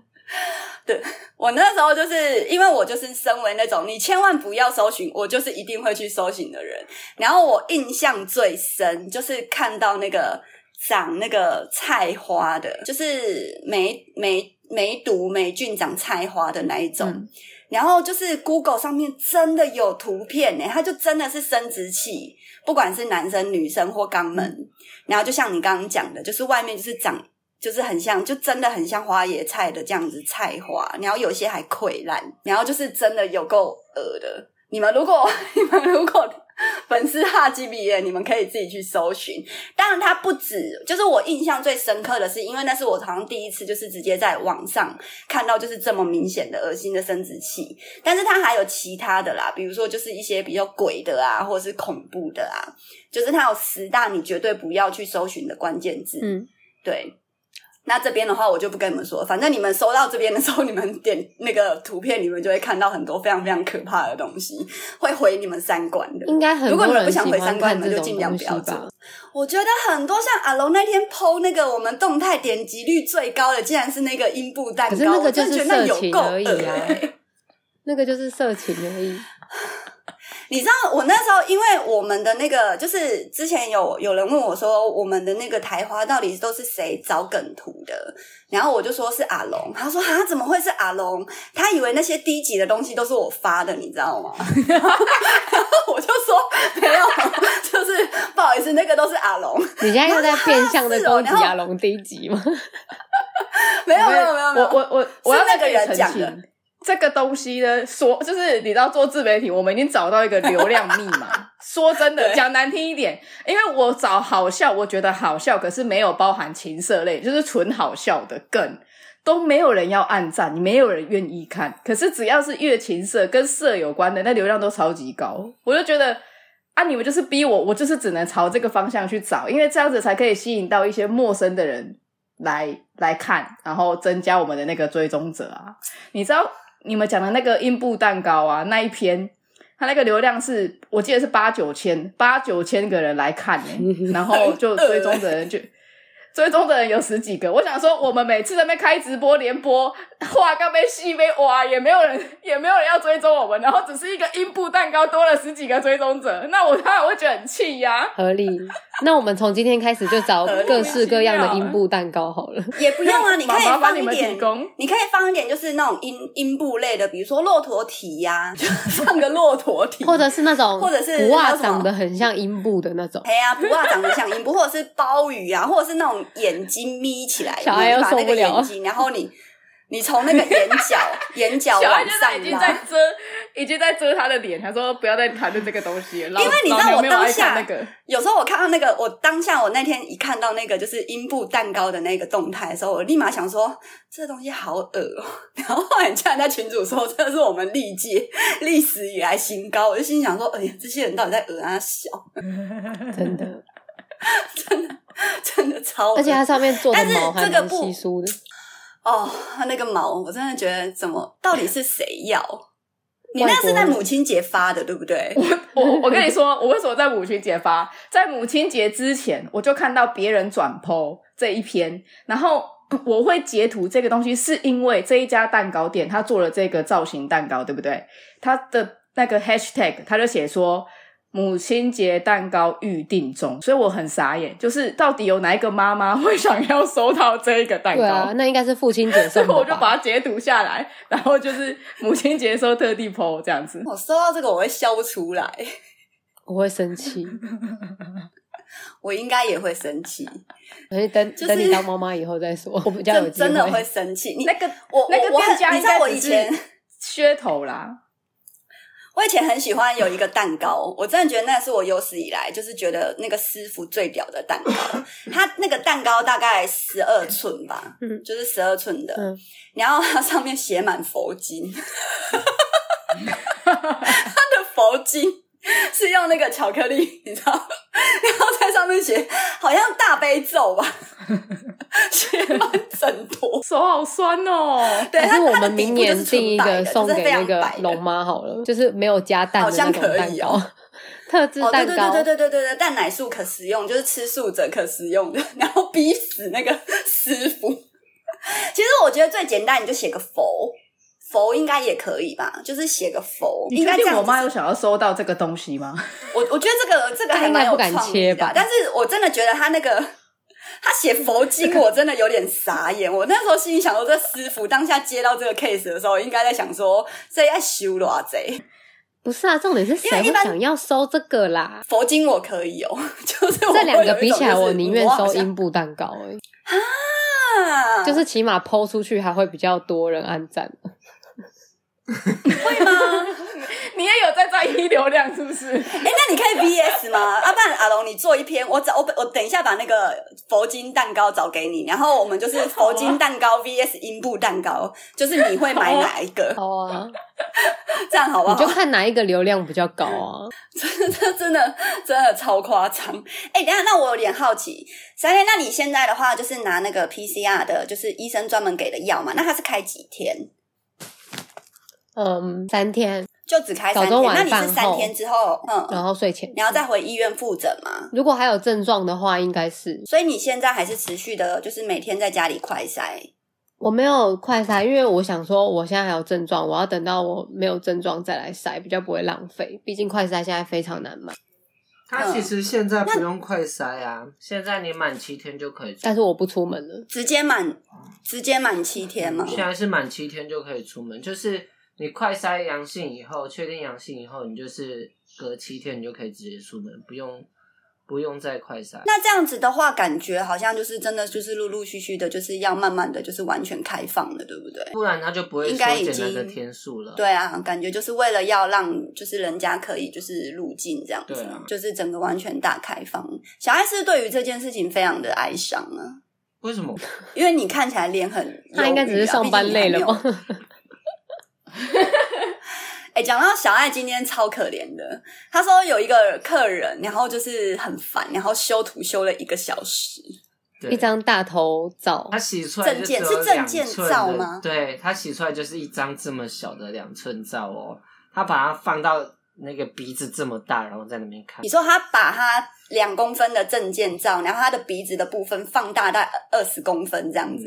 [SPEAKER 2] (laughs) 我那时候就是因为我就是身为那种你千万不要搜寻，我就是一定会去搜寻的人。然后我印象最深就是看到那个长那个菜花的，就是梅梅梅毒霉菌长菜花的那一种。
[SPEAKER 4] 嗯
[SPEAKER 2] 然后就是 Google 上面真的有图片呢、欸它就真的是生殖器，不管是男生、女生或肛门。然后就像你刚刚讲的，就是外面就是长就是很像，就真的很像花椰菜的这样子菜花，然后有些还溃烂，然后就是真的有够恶的。你们如果你们如果粉丝哈基毕业，你们可以自己去搜寻。当然，它不止，就是我印象最深刻的是，因为那是我好像第一次就是直接在网上看到就是这么明显的恶心的生殖器，但是它还有其他的啦，比如说就是一些比较鬼的啊，或者是恐怖的啊，就是它有十大你绝对不要去搜寻的关键字。
[SPEAKER 4] 嗯，
[SPEAKER 2] 对。那这边的话，我就不跟你们说，反正你们收到这边的时候，你们点那个图片，你们就会看到很多非常非常可怕的东西，会毁你们三观的。
[SPEAKER 4] 应该很
[SPEAKER 2] 如
[SPEAKER 4] 多
[SPEAKER 2] 果你们
[SPEAKER 4] 人
[SPEAKER 2] 不
[SPEAKER 4] 喜
[SPEAKER 2] 想回
[SPEAKER 4] 欢
[SPEAKER 2] 三观，
[SPEAKER 4] 看
[SPEAKER 2] 你
[SPEAKER 4] 这
[SPEAKER 2] 们就
[SPEAKER 4] 种
[SPEAKER 2] 尽量
[SPEAKER 4] 东
[SPEAKER 2] 不
[SPEAKER 4] 西
[SPEAKER 2] 要
[SPEAKER 4] 吧
[SPEAKER 2] 做。。我觉得很多像阿龙那天 PO 那个我们动态点击率最高的，竟然是那个阴部蛋糕，
[SPEAKER 4] 可是那
[SPEAKER 2] 我
[SPEAKER 4] 个就
[SPEAKER 2] 真的
[SPEAKER 4] 是
[SPEAKER 2] 觉得那
[SPEAKER 4] 色
[SPEAKER 2] 有
[SPEAKER 4] 情
[SPEAKER 2] 够
[SPEAKER 4] 而已
[SPEAKER 2] 恶、
[SPEAKER 4] 啊
[SPEAKER 2] 欸。，
[SPEAKER 4] 那个就是色情而已。
[SPEAKER 2] 你知道我那时候，因为我们的那个，就是之前有有人问我说，我们的那个台花到底都是谁找梗图的？然后我就说是阿龙，他说啊，怎么会是阿龙？他以为那些低级的东西都是我发的，你知道吗？然后 (laughs) 我就说没有，就是不好意思，那个都是阿龙，
[SPEAKER 4] 你现在又在
[SPEAKER 2] (laughs)
[SPEAKER 4] 变相的攻击
[SPEAKER 2] 哦然后
[SPEAKER 4] 亚龙低级吗？ (laughs)
[SPEAKER 2] 没有没有没有没
[SPEAKER 1] 我
[SPEAKER 2] 有，
[SPEAKER 1] 我我我要
[SPEAKER 2] 是
[SPEAKER 1] 在
[SPEAKER 2] 那
[SPEAKER 1] 这
[SPEAKER 2] 个
[SPEAKER 1] 里
[SPEAKER 2] 人
[SPEAKER 1] 澄
[SPEAKER 2] 讲
[SPEAKER 1] 清
[SPEAKER 2] 的。
[SPEAKER 1] 这个东西呢，说就是你知道做自媒体，我们已经找到一个流量密
[SPEAKER 2] (laughs)
[SPEAKER 1] 码。说真的，
[SPEAKER 2] 对
[SPEAKER 1] 讲难听一点，因为我找好笑，我觉得好笑，可是没有包含情色类，就是纯好笑的梗，都没有人要按赞，没有人愿意看。可是只要是越情色跟色有关的，那流量都超级高。我就觉得啊，你们就是逼我，我就是只能朝这个方向去找，因为这样子才可以吸引到一些陌生的人来来看，然后增加我们的那个追踪者啊。你知道你们讲的那个阴部蛋糕啊那一篇，它那个流量是我记得是八九千八九千个人来看呢、然后就追踪的人就。追踪的人有十几个，我想说，我们每次在那边开直播连播，话刚被戏被哇，也没有人，也没有人要追踪我们，然后只是一个阴部蛋糕多了十几个追踪者，那我当然会觉得很气呀、
[SPEAKER 4] 合理。那我们从今天开始就找
[SPEAKER 2] 合理
[SPEAKER 4] 各式各
[SPEAKER 2] 啊
[SPEAKER 4] 样的阴部蛋糕好
[SPEAKER 2] (laughs)
[SPEAKER 4] 了。
[SPEAKER 2] 也不用啊，你可以
[SPEAKER 1] 麻麻
[SPEAKER 2] 放
[SPEAKER 1] 烦你
[SPEAKER 2] 一
[SPEAKER 1] 们
[SPEAKER 2] 点，
[SPEAKER 1] 提供
[SPEAKER 2] 你可以放一点，就是那种阴阴部类的，比如说骆驼蹄呀、放个骆驼蹄，
[SPEAKER 4] 或者是那种，
[SPEAKER 2] 或者是
[SPEAKER 4] 不
[SPEAKER 2] 还
[SPEAKER 4] 袜
[SPEAKER 2] 有什么
[SPEAKER 4] 长得很像阴部的那种，
[SPEAKER 2] 哎 (laughs) 呀，不要长得像阴部，或者是鲍鱼啊，或者是那种眼睛眯起来，
[SPEAKER 4] 小孩又
[SPEAKER 2] 你把那
[SPEAKER 4] 受不
[SPEAKER 2] 个
[SPEAKER 4] 了
[SPEAKER 2] 眼睛，然后你你从那个眼角眼角
[SPEAKER 1] 小孩
[SPEAKER 2] 往
[SPEAKER 1] 现在
[SPEAKER 2] 上
[SPEAKER 1] 已经
[SPEAKER 2] 拉
[SPEAKER 1] 在。遮，已经在遮他的脸，他说不要再谈论这个东西了，因
[SPEAKER 2] 因为你知道我当下
[SPEAKER 1] 那个，
[SPEAKER 2] 有时候我看到那个，我当下我那天一看到那个就是阴部蛋糕的那个动态的时候，我立马想说这东西好恶哦、 (laughs) 然后后来竟然在群主说这是我们历届 (laughs) 历史以来新高，我就心里想说，哎呀，这些人到底在恶啊小， (laughs)
[SPEAKER 4] 真的。
[SPEAKER 2] 真的超恶。
[SPEAKER 4] 而且它上面做的
[SPEAKER 2] 但是
[SPEAKER 4] 毛还
[SPEAKER 2] 这个
[SPEAKER 4] 蛮
[SPEAKER 2] 不
[SPEAKER 4] 稀疏的，
[SPEAKER 2] 哦，他那个毛，我真的觉得怎么，到底是谁
[SPEAKER 1] (laughs)
[SPEAKER 2] 要？你
[SPEAKER 4] 外
[SPEAKER 2] 那
[SPEAKER 4] 国
[SPEAKER 2] 是在
[SPEAKER 4] 人
[SPEAKER 2] 母亲节发的，对不对？
[SPEAKER 1] 我我跟你说，我为什么在母亲节发？在母亲节之前，我就看到别人转 PO 这一篇，然后我会截图这个东西，是因为这一家蛋糕店他做了这个造型蛋糕，对不对？他的那个 hashtag 他就写说。母亲节蛋糕预定中，所以我很傻眼，就是到底有哪一个妈妈会想要收到这一个蛋糕？
[SPEAKER 4] 对啊，那应该是父亲
[SPEAKER 1] (laughs)
[SPEAKER 4] 节
[SPEAKER 1] 所以
[SPEAKER 2] (laughs)
[SPEAKER 4] 送
[SPEAKER 1] 我
[SPEAKER 4] 的
[SPEAKER 1] 就
[SPEAKER 4] 吧？
[SPEAKER 1] 把它截图下来，然后就是母亲节的时候特地 PO 这样子。
[SPEAKER 2] (laughs) 我收到这个我会笑不出来， (laughs)
[SPEAKER 4] 我会生气，
[SPEAKER 2] 我应该也会生气，
[SPEAKER 4] 所以等
[SPEAKER 2] 就是
[SPEAKER 4] 等你当妈妈以后再说，我比较有
[SPEAKER 2] 真
[SPEAKER 4] 机会。
[SPEAKER 2] 真的会生气。你
[SPEAKER 1] 那个
[SPEAKER 2] 我
[SPEAKER 1] 那个
[SPEAKER 2] 我我很
[SPEAKER 1] 店家
[SPEAKER 2] 你
[SPEAKER 1] 应
[SPEAKER 2] 知道
[SPEAKER 1] 该
[SPEAKER 2] 我
[SPEAKER 1] 只
[SPEAKER 2] 以
[SPEAKER 1] 是
[SPEAKER 2] 前
[SPEAKER 1] 噱头啦，
[SPEAKER 2] (laughs) 我以前很喜欢有一个蛋糕，我真的觉得那是我有史以来就是觉得那个师傅最屌的
[SPEAKER 1] (laughs)
[SPEAKER 2] 蛋糕。它那个蛋糕大概十二寸吧，
[SPEAKER 4] 嗯
[SPEAKER 2] 就是十二寸的，
[SPEAKER 4] 嗯
[SPEAKER 2] 然后它上面写满佛经，它的佛经是用那个巧克力，你知道，然后在上面写好像大悲咒吧， (laughs) 写满整坨。
[SPEAKER 1] 手好酸哦。 (laughs)
[SPEAKER 2] 对，
[SPEAKER 4] 还
[SPEAKER 2] 它
[SPEAKER 4] 是我
[SPEAKER 2] 它的
[SPEAKER 4] 们
[SPEAKER 2] 底
[SPEAKER 4] 明
[SPEAKER 2] 部就
[SPEAKER 4] 年
[SPEAKER 2] 是纯
[SPEAKER 4] 定一
[SPEAKER 2] 白的
[SPEAKER 4] 个送
[SPEAKER 2] 就是
[SPEAKER 4] 给
[SPEAKER 2] 非
[SPEAKER 4] 那
[SPEAKER 2] 常
[SPEAKER 4] 个
[SPEAKER 2] 白的
[SPEAKER 4] 龙妈好了，就是没有加蛋的那种
[SPEAKER 2] 好像可
[SPEAKER 4] 蛋
[SPEAKER 2] 以
[SPEAKER 4] 糕，
[SPEAKER 2] 哦
[SPEAKER 4] 特制
[SPEAKER 2] 哦，对
[SPEAKER 4] 蛋
[SPEAKER 2] 对
[SPEAKER 4] 糕。 (laughs)
[SPEAKER 2] 对对对对对对，蛋奶素可食用，就是吃素者可食用的， (laughs) 然后逼死那个师傅。其实我觉得最简单，你就写个佛，佛应该也可以吧，就是写个佛，
[SPEAKER 1] 你
[SPEAKER 2] 应
[SPEAKER 1] 确
[SPEAKER 2] 该这
[SPEAKER 1] 定
[SPEAKER 2] 样
[SPEAKER 1] 我
[SPEAKER 2] 子
[SPEAKER 1] 妈
[SPEAKER 2] 是
[SPEAKER 1] 有想要收到这个东西吗？
[SPEAKER 2] 我我觉得这个这个
[SPEAKER 4] 他
[SPEAKER 2] 还
[SPEAKER 4] 应该
[SPEAKER 2] 蛮有
[SPEAKER 4] 不敢
[SPEAKER 2] 创
[SPEAKER 4] 切
[SPEAKER 2] 意
[SPEAKER 4] 吧
[SPEAKER 2] 的，但是我真的觉得他那个他写佛经，我真的有点傻眼。我那时候心里想说，这师傅当下接到这个 case 的时候，应该在想说，这要修多贼
[SPEAKER 4] 不是啊，重点是谁
[SPEAKER 2] 因为一
[SPEAKER 4] 会
[SPEAKER 2] 般
[SPEAKER 4] 想要收这个啦？
[SPEAKER 2] 佛经我可以哦， (laughs) 就是 (laughs) 我
[SPEAKER 4] 这两
[SPEAKER 2] 会有
[SPEAKER 4] 个
[SPEAKER 2] 一
[SPEAKER 4] 比
[SPEAKER 2] 种
[SPEAKER 4] 起来，
[SPEAKER 2] 就是
[SPEAKER 4] 我宁愿
[SPEAKER 2] 哇
[SPEAKER 4] 收
[SPEAKER 2] 好像
[SPEAKER 4] 阴部蛋糕、欸，
[SPEAKER 2] (laughs) 啊
[SPEAKER 4] 就是起码抛出去还会比较多人按
[SPEAKER 2] (laughs)
[SPEAKER 4] 赞。
[SPEAKER 2] 会吗？
[SPEAKER 1] (laughs) 你也有在在意流量是不是？
[SPEAKER 2] 哎、那你可以 VS
[SPEAKER 4] (laughs)
[SPEAKER 2] 吗？啊，不然阿龙，你做一篇，我找我我等一下把那个佛经蛋糕找给你，然后我们就是佛经蛋糕 VS 阴部蛋糕，就是你会买哪一个？
[SPEAKER 4] 好啊，
[SPEAKER 2] 这样好不
[SPEAKER 4] 你就
[SPEAKER 2] 好？啊
[SPEAKER 4] 看哪一个流量比较高啊？
[SPEAKER 2] (laughs) 这真的真的超夸张。哎、等一下，那我有点好奇，三月，那你现在的话就是拿那个 PCR 的，就是医生专门给的药嘛？那它是开几天？
[SPEAKER 4] 嗯，三天，
[SPEAKER 2] 就只开三天？
[SPEAKER 4] 早中晚
[SPEAKER 2] 那你是
[SPEAKER 4] 饭
[SPEAKER 2] 三
[SPEAKER 4] 后哦
[SPEAKER 2] 天之后，嗯，
[SPEAKER 4] 然后睡前
[SPEAKER 2] 你。要再回医院复诊吗？
[SPEAKER 4] 如果还有症状的话，应该是
[SPEAKER 2] 所以你现在还是持续的，就是每天在家里快筛。
[SPEAKER 4] 我没有快筛，因为我想说我现在还有症状，我要等到我没有症状再来筛，比较不会浪费。毕竟快筛现在非常难买，
[SPEAKER 2] 嗯
[SPEAKER 3] 它其实现在不用快筛啊，现在你满七天就可以出，
[SPEAKER 4] 但是我不出门了。
[SPEAKER 2] 直接满
[SPEAKER 4] 啊
[SPEAKER 2] 直接满七天嘛。
[SPEAKER 3] 现在是啊满七天就可以出门，就是你快筛阳性以后，确定阳性以后，你就是隔七天你就可以直接出门，不用不用再快筛。
[SPEAKER 2] 那这样子的话，感觉好像就是真的就是陆陆续续的，就是要慢慢的就是完全开放了，对不对？
[SPEAKER 3] 不然它就不会
[SPEAKER 2] 应
[SPEAKER 3] 缩
[SPEAKER 2] 该已
[SPEAKER 3] 减那个
[SPEAKER 2] 经
[SPEAKER 3] 天数了。
[SPEAKER 2] 对啊，感觉就是为了要让就是人家可以就是入境这样子，
[SPEAKER 3] 对啊
[SPEAKER 2] 就是整个完全大开放。小艾是不是对于这件事情非常的哀伤啊，
[SPEAKER 3] 为什么？
[SPEAKER 2] 因为你看起来脸很、忧
[SPEAKER 4] 他应该只
[SPEAKER 2] 郁啊
[SPEAKER 4] 是上班累了？
[SPEAKER 2] 毕竟你还没有
[SPEAKER 4] 吧？
[SPEAKER 2] 哎、哎、讲到小爱今天超可怜的，他说有一个客人，然后就是很烦，然后修图修了一个小时，
[SPEAKER 3] (laughs) 对
[SPEAKER 4] 一张大头照
[SPEAKER 3] 它，洗出来就
[SPEAKER 2] 证件
[SPEAKER 3] 只有
[SPEAKER 2] 是证
[SPEAKER 3] 两
[SPEAKER 2] 件
[SPEAKER 3] 寸
[SPEAKER 2] 照
[SPEAKER 3] 的
[SPEAKER 2] 吗
[SPEAKER 3] 对，它洗出来就是一张这么小的两寸照哦，它把它放到那个鼻子这么大，然后在那边看
[SPEAKER 2] 你，说他把他两公分的证件照，然后他的鼻子的部分放大大概二十公分这样子，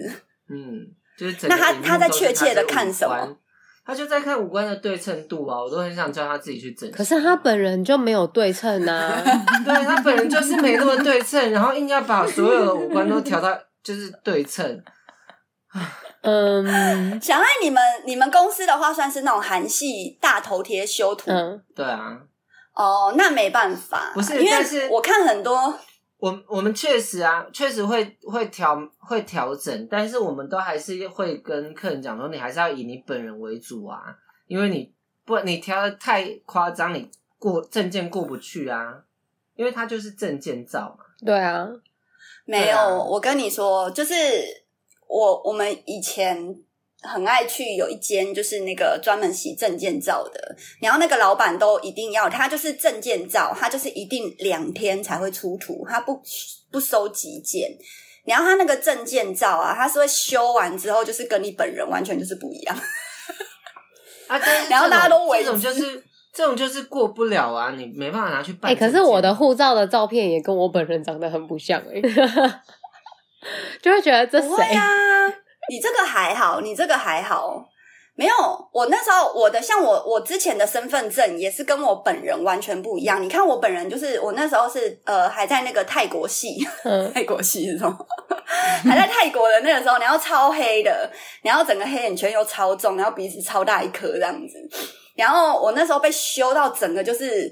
[SPEAKER 3] 嗯，就是整个
[SPEAKER 2] 那它
[SPEAKER 3] 荧幕
[SPEAKER 2] 它在
[SPEAKER 3] 都是
[SPEAKER 2] 确切地
[SPEAKER 3] 它的
[SPEAKER 2] 看
[SPEAKER 3] 五
[SPEAKER 2] 什么
[SPEAKER 3] 官？他就在看五官的对称度啊，我都很想叫他自己去整形。
[SPEAKER 4] 可是他本人就没有对称 (laughs) 啊，
[SPEAKER 3] 对他本人就是没那么对称，然后硬要把所有的五官都调到就是对称，
[SPEAKER 4] 嗯
[SPEAKER 2] 小爱，你们你们公司的话算是那种韩系大头贴修图、
[SPEAKER 4] 嗯，
[SPEAKER 3] 对啊，
[SPEAKER 2] 哦，那没办法，
[SPEAKER 3] 不是
[SPEAKER 2] 因
[SPEAKER 3] 但是
[SPEAKER 2] 为我看很多
[SPEAKER 3] 我我们确实啊，确实会会调会调整，但是我们都还是会跟客人讲说，你还是要以你本人为主啊，因为你不你调的太夸张，你过证件过不去啊，因为它就是证件照嘛，
[SPEAKER 4] 对啊，
[SPEAKER 2] 没
[SPEAKER 3] 对
[SPEAKER 2] 有，
[SPEAKER 3] 啊
[SPEAKER 2] 我跟你说，就是我我们以前很爱去有一间就是那个专门洗证件照的，然后那个老板都一定要，他就是证件照，他就是一定两天才会出图，他不不收急件。然后他那个证件照啊，他是会修完之后，就是跟你本人完全就是不一样。
[SPEAKER 3] 啊，但是
[SPEAKER 2] 然后
[SPEAKER 3] 这种
[SPEAKER 2] 大家都围
[SPEAKER 3] 这种就是这种就是过不了啊，你没办法拿去办
[SPEAKER 4] 哎、
[SPEAKER 3] 证件。
[SPEAKER 4] 可是我的护照的照片也跟我本人长得很不像哎、 (laughs) 就会觉得这
[SPEAKER 2] 不会
[SPEAKER 4] 谁？
[SPEAKER 2] 啊，你这个还好，你这个还好。没有，我那时候我的像我我之前的身份证也是跟我本人完全不一样。你看我本人就是我那时候是呃还在那个泰国
[SPEAKER 4] (laughs)
[SPEAKER 2] 系，
[SPEAKER 4] 嗯，
[SPEAKER 2] 泰国系是什么？还在泰国的那个时候，然后超黑的，然后整个黑眼圈又超重，然后鼻子超大一颗这样子。然后我那时候被修到整个就是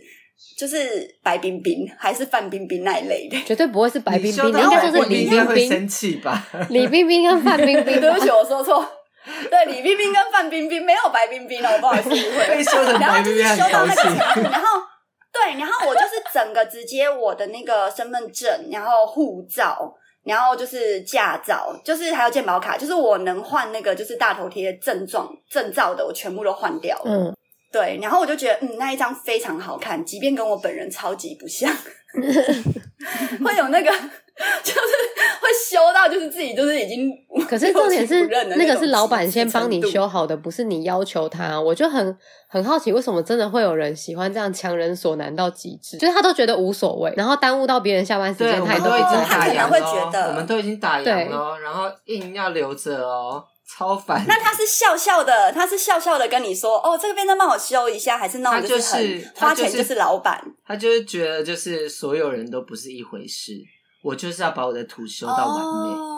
[SPEAKER 2] 就是白冰冰还是范冰冰那一类的。
[SPEAKER 4] 绝对不会是白冰冰，
[SPEAKER 3] 你
[SPEAKER 4] 你应该
[SPEAKER 3] 修
[SPEAKER 4] 就
[SPEAKER 3] 到
[SPEAKER 4] 是
[SPEAKER 3] 我
[SPEAKER 4] 李
[SPEAKER 3] 应该
[SPEAKER 4] 冰
[SPEAKER 3] 会生
[SPEAKER 4] 冰、
[SPEAKER 3] 气吧？
[SPEAKER 4] 李冰冰跟范冰
[SPEAKER 2] (laughs)
[SPEAKER 4] 冰
[SPEAKER 2] 对
[SPEAKER 4] 吧
[SPEAKER 2] 不。起，我说
[SPEAKER 3] (laughs)
[SPEAKER 2] 错。对，李冰冰跟范冰冰没有白冰冰哦，不好意思，误
[SPEAKER 3] (laughs) 被
[SPEAKER 2] 会。
[SPEAKER 3] 修成
[SPEAKER 2] 然
[SPEAKER 3] 白
[SPEAKER 2] 后就
[SPEAKER 3] 冰
[SPEAKER 2] 是
[SPEAKER 3] 冰
[SPEAKER 2] 修
[SPEAKER 3] 很
[SPEAKER 2] 到
[SPEAKER 3] 高
[SPEAKER 2] 那个
[SPEAKER 3] 兴。
[SPEAKER 2] 程 (laughs) 度，然后对，然后我就是整个直接我的那个身份证，然后护照，然后就是驾照，就是还有健保卡，就是我能换那个就是大头贴症状证照的，我全部都换掉了。
[SPEAKER 4] 嗯，
[SPEAKER 2] 对，然后我就觉得，嗯，那一张非常好看，即便跟我本人超级不
[SPEAKER 4] (laughs)
[SPEAKER 2] 像，会有那个就是会修到，就是自己就是已经
[SPEAKER 4] (laughs) 可是重点是
[SPEAKER 2] 不认的
[SPEAKER 4] 那
[SPEAKER 2] 种
[SPEAKER 4] 个是老板先帮你
[SPEAKER 2] 程度
[SPEAKER 4] 修好的，不是你要求他。我就很很好奇，为什么真的会有人喜欢这样强人所难到极致？就是他都觉得无所谓，然后耽误到别人下班时
[SPEAKER 3] 对，
[SPEAKER 4] 间，
[SPEAKER 3] 我
[SPEAKER 4] 他也
[SPEAKER 3] 们
[SPEAKER 4] 不
[SPEAKER 3] 都已
[SPEAKER 4] 在
[SPEAKER 3] 经
[SPEAKER 2] 哦他
[SPEAKER 3] 打
[SPEAKER 2] 可能
[SPEAKER 3] 烊
[SPEAKER 2] 会
[SPEAKER 3] 了
[SPEAKER 2] 觉
[SPEAKER 3] 哦，
[SPEAKER 2] 得
[SPEAKER 3] 我们都已经打烊了哦，然后硬要留着哦，超烦。
[SPEAKER 2] 那他是笑笑的，他是笑笑的跟你说，哦，这个便当帮我修一下，还是那
[SPEAKER 3] 他
[SPEAKER 2] 种
[SPEAKER 3] 就是
[SPEAKER 2] 很
[SPEAKER 3] 是
[SPEAKER 2] 花钱就
[SPEAKER 3] 他就是是
[SPEAKER 2] 老板，
[SPEAKER 3] 他就是觉得就是所有人都不是一回事，我就是要把我的图修到完美，
[SPEAKER 2] 哦。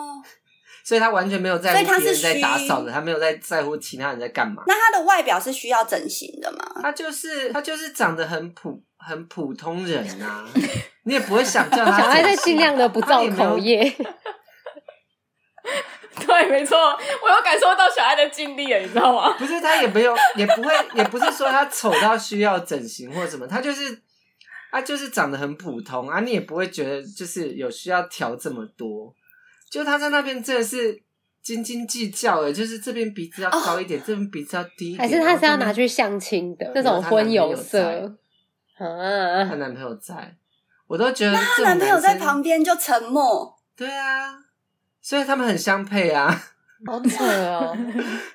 [SPEAKER 3] 所以他完全没有在
[SPEAKER 2] 所以
[SPEAKER 3] 乎
[SPEAKER 2] 他是
[SPEAKER 3] 别人在打
[SPEAKER 2] 虚
[SPEAKER 3] 扫的，他没有在在乎其他人在干嘛。
[SPEAKER 2] 那他的外表是需要整形的吗？
[SPEAKER 3] 他就是他就是长得很普很普通人
[SPEAKER 2] (laughs)
[SPEAKER 3] 啊，你也不会想叫他
[SPEAKER 4] 小爱在
[SPEAKER 3] 整形
[SPEAKER 4] 尽量的不造口。业，
[SPEAKER 1] 对，没错，我有感受到小爱的尽力了，你知道吗？
[SPEAKER 3] 不是他也没有，也不会，也不是说他丑到需要整形或什么，他就是他就是长得很普通啊，你也不会觉得就是有需要调这么多。就他在那边真的是斤斤计较诶，就是这边鼻子要高一点，这边鼻子要低一点。
[SPEAKER 4] 哦还是他是要
[SPEAKER 3] 然后
[SPEAKER 4] 拿去相亲的那种
[SPEAKER 3] 他
[SPEAKER 4] 婚
[SPEAKER 3] 男朋友
[SPEAKER 4] 友色
[SPEAKER 3] 这边她
[SPEAKER 4] 啊？
[SPEAKER 3] 男朋友在，我都觉得
[SPEAKER 2] 她
[SPEAKER 3] 她
[SPEAKER 2] 男朋友在旁。边就沉默，
[SPEAKER 3] 对啊，所以他们很相配啊， (laughs)
[SPEAKER 4] 好扯哦！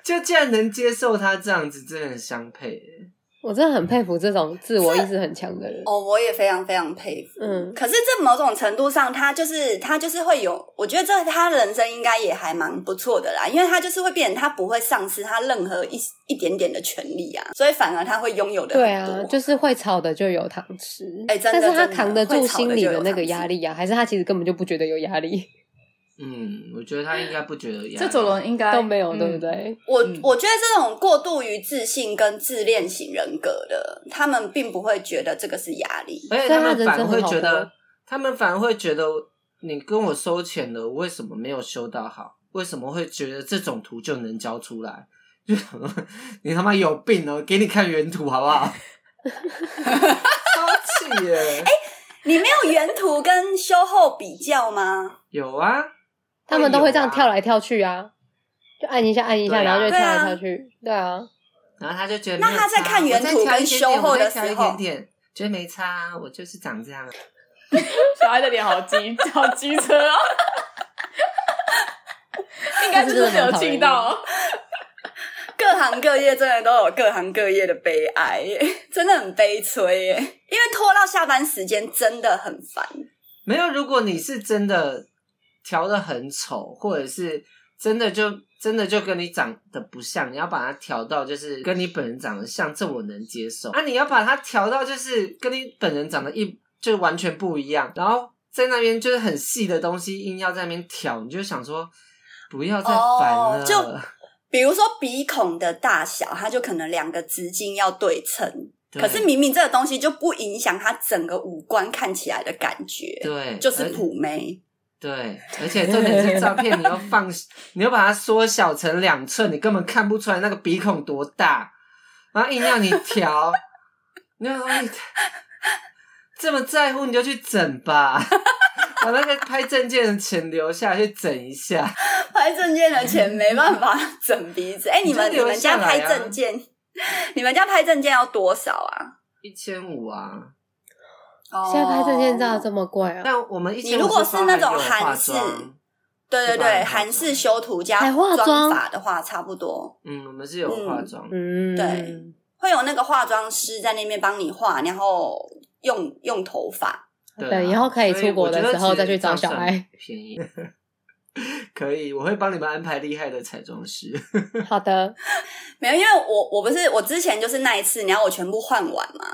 [SPEAKER 3] 就竟然能接受他这样子，真的很相配欸耶。
[SPEAKER 4] 我真的很佩服这种自我意识很强的人。
[SPEAKER 2] 哦，我也非常非常佩服。
[SPEAKER 4] 嗯
[SPEAKER 2] 可是这某种程度上，他就是他就是会有，我觉得这他人生应该也还蛮不错的啦，因为他就是会变成他不会丧失他任何一一点点的权利啊，所以反而他会拥有的
[SPEAKER 4] 对
[SPEAKER 2] 很
[SPEAKER 4] 啊
[SPEAKER 2] 多。，
[SPEAKER 4] 就是会吵的就有糖吃，
[SPEAKER 2] 哎真的
[SPEAKER 4] 但是他
[SPEAKER 2] 真的
[SPEAKER 4] 扛得住
[SPEAKER 2] 会吵的
[SPEAKER 4] 心里
[SPEAKER 2] 就
[SPEAKER 4] 的
[SPEAKER 2] 有
[SPEAKER 4] 那
[SPEAKER 2] 糖
[SPEAKER 4] 个
[SPEAKER 2] 吃
[SPEAKER 4] 压力呀、啊还是他其实根本就不觉得有压力，
[SPEAKER 3] 嗯，我觉得他应该不觉得压
[SPEAKER 1] (laughs)
[SPEAKER 3] 力
[SPEAKER 1] 这种人应
[SPEAKER 2] 哎
[SPEAKER 1] 该
[SPEAKER 4] 都没有，
[SPEAKER 1] 嗯
[SPEAKER 4] 对不对？
[SPEAKER 2] 我、
[SPEAKER 1] 嗯
[SPEAKER 2] 我觉得这种过度于自信跟自恋型人格的，他们并不会觉得这个是压力。
[SPEAKER 3] 而且
[SPEAKER 4] 所以
[SPEAKER 3] 他
[SPEAKER 4] 他
[SPEAKER 3] 们
[SPEAKER 4] 人
[SPEAKER 3] 反而
[SPEAKER 4] 真
[SPEAKER 3] 会
[SPEAKER 4] 很好
[SPEAKER 3] 觉得
[SPEAKER 4] 过，
[SPEAKER 3] 他们反而会觉得你跟我收钱了，为什么没有修到好？为什么会觉得这种图就能交出来？就想说你他妈有病哦！给你看原图好不好？超气耶！
[SPEAKER 4] 哎
[SPEAKER 2] 你没有原图跟修后比较吗？ (laughs)
[SPEAKER 3] 有啊，
[SPEAKER 4] 他们都
[SPEAKER 3] 有
[SPEAKER 4] 会这样
[SPEAKER 3] 啊
[SPEAKER 4] 跳来跳去啊，就按一下按一下，
[SPEAKER 3] 对啊
[SPEAKER 4] 然后就跳
[SPEAKER 2] 对
[SPEAKER 4] 来
[SPEAKER 2] 啊
[SPEAKER 4] 跳去，对啊，
[SPEAKER 3] 然后他就觉得
[SPEAKER 2] 那
[SPEAKER 3] 没有
[SPEAKER 2] 他在
[SPEAKER 3] 差
[SPEAKER 2] 看原
[SPEAKER 3] 我再
[SPEAKER 2] 图
[SPEAKER 3] 调一
[SPEAKER 2] 跟
[SPEAKER 3] 点
[SPEAKER 2] 修
[SPEAKER 3] 点我
[SPEAKER 2] 后
[SPEAKER 3] 再
[SPEAKER 2] 的
[SPEAKER 3] 调
[SPEAKER 2] 时
[SPEAKER 3] 一
[SPEAKER 2] 候
[SPEAKER 3] 点点觉得没差啊，我就是长这样啊。
[SPEAKER 1] 小孩的脸好机，好机车 (laughs) 哦。应该是真的有气到哦，
[SPEAKER 2] 各行各业真的都有各行各业的悲哀 (laughs) 耶，真的很悲催耶。因为拖到下班时间真的很烦。
[SPEAKER 3] 没有，如果你是真的调的很丑，或者是真的就真的就跟你长得不像，你要把它调到就是跟你本人长得像，这我能接受。啊那、你要把它调到就是跟你本人长得一就完全不一样，然后在那边就是很细的东西硬要在那边调，你就想说不要再烦了。
[SPEAKER 2] 哦就比如说鼻孔的大小，它就可能两个直径要对称，
[SPEAKER 3] 对
[SPEAKER 2] 可是明明这个东西就不影响它整个五官看起来的感觉，
[SPEAKER 3] 对
[SPEAKER 2] 就是
[SPEAKER 3] 而
[SPEAKER 2] 普妹。
[SPEAKER 3] 对，而且重点是照片，你又放， (laughs) 你又把它缩小成两寸，你根本看不出来那个鼻孔多大，然后硬要你调，你就说你这么在乎，你就去整吧，把那个拍证件的钱留下去整一下。
[SPEAKER 2] (laughs) 拍证件的钱没办法整鼻子，哎、你们
[SPEAKER 3] 你
[SPEAKER 2] 你
[SPEAKER 3] 就留
[SPEAKER 2] 们家
[SPEAKER 3] 下来
[SPEAKER 2] 拍
[SPEAKER 3] 啊
[SPEAKER 2] 证件，你们家拍证件要多少啊？
[SPEAKER 3] 一千五啊，
[SPEAKER 2] 哦
[SPEAKER 4] 现在拍证件照这么贵啊？
[SPEAKER 3] 但我们一
[SPEAKER 2] 你
[SPEAKER 3] 千
[SPEAKER 2] 如果是那种韩式对对
[SPEAKER 3] 一般
[SPEAKER 2] 对，
[SPEAKER 3] 人
[SPEAKER 2] 韩式修图加
[SPEAKER 4] 还化妆
[SPEAKER 2] 妆法的话，差不多
[SPEAKER 3] 嗯，我们是有化妆，
[SPEAKER 4] 嗯，
[SPEAKER 2] 对，会有那个化妆师在那边帮你化，然后用用头发。
[SPEAKER 3] 对啊、
[SPEAKER 4] 等以后可以
[SPEAKER 3] 所
[SPEAKER 4] 出国
[SPEAKER 3] 我觉得
[SPEAKER 4] 的时候
[SPEAKER 3] 其
[SPEAKER 4] 再
[SPEAKER 3] 实
[SPEAKER 4] 去找
[SPEAKER 3] 这样
[SPEAKER 4] 小
[SPEAKER 3] 算
[SPEAKER 4] 孩。
[SPEAKER 3] 便宜。 (laughs) 可以，我会帮你们安排厉害的彩妆师。
[SPEAKER 4] 好的，
[SPEAKER 2] 没有，因为我我不是我之前就是那一次，然后我全部换完嘛，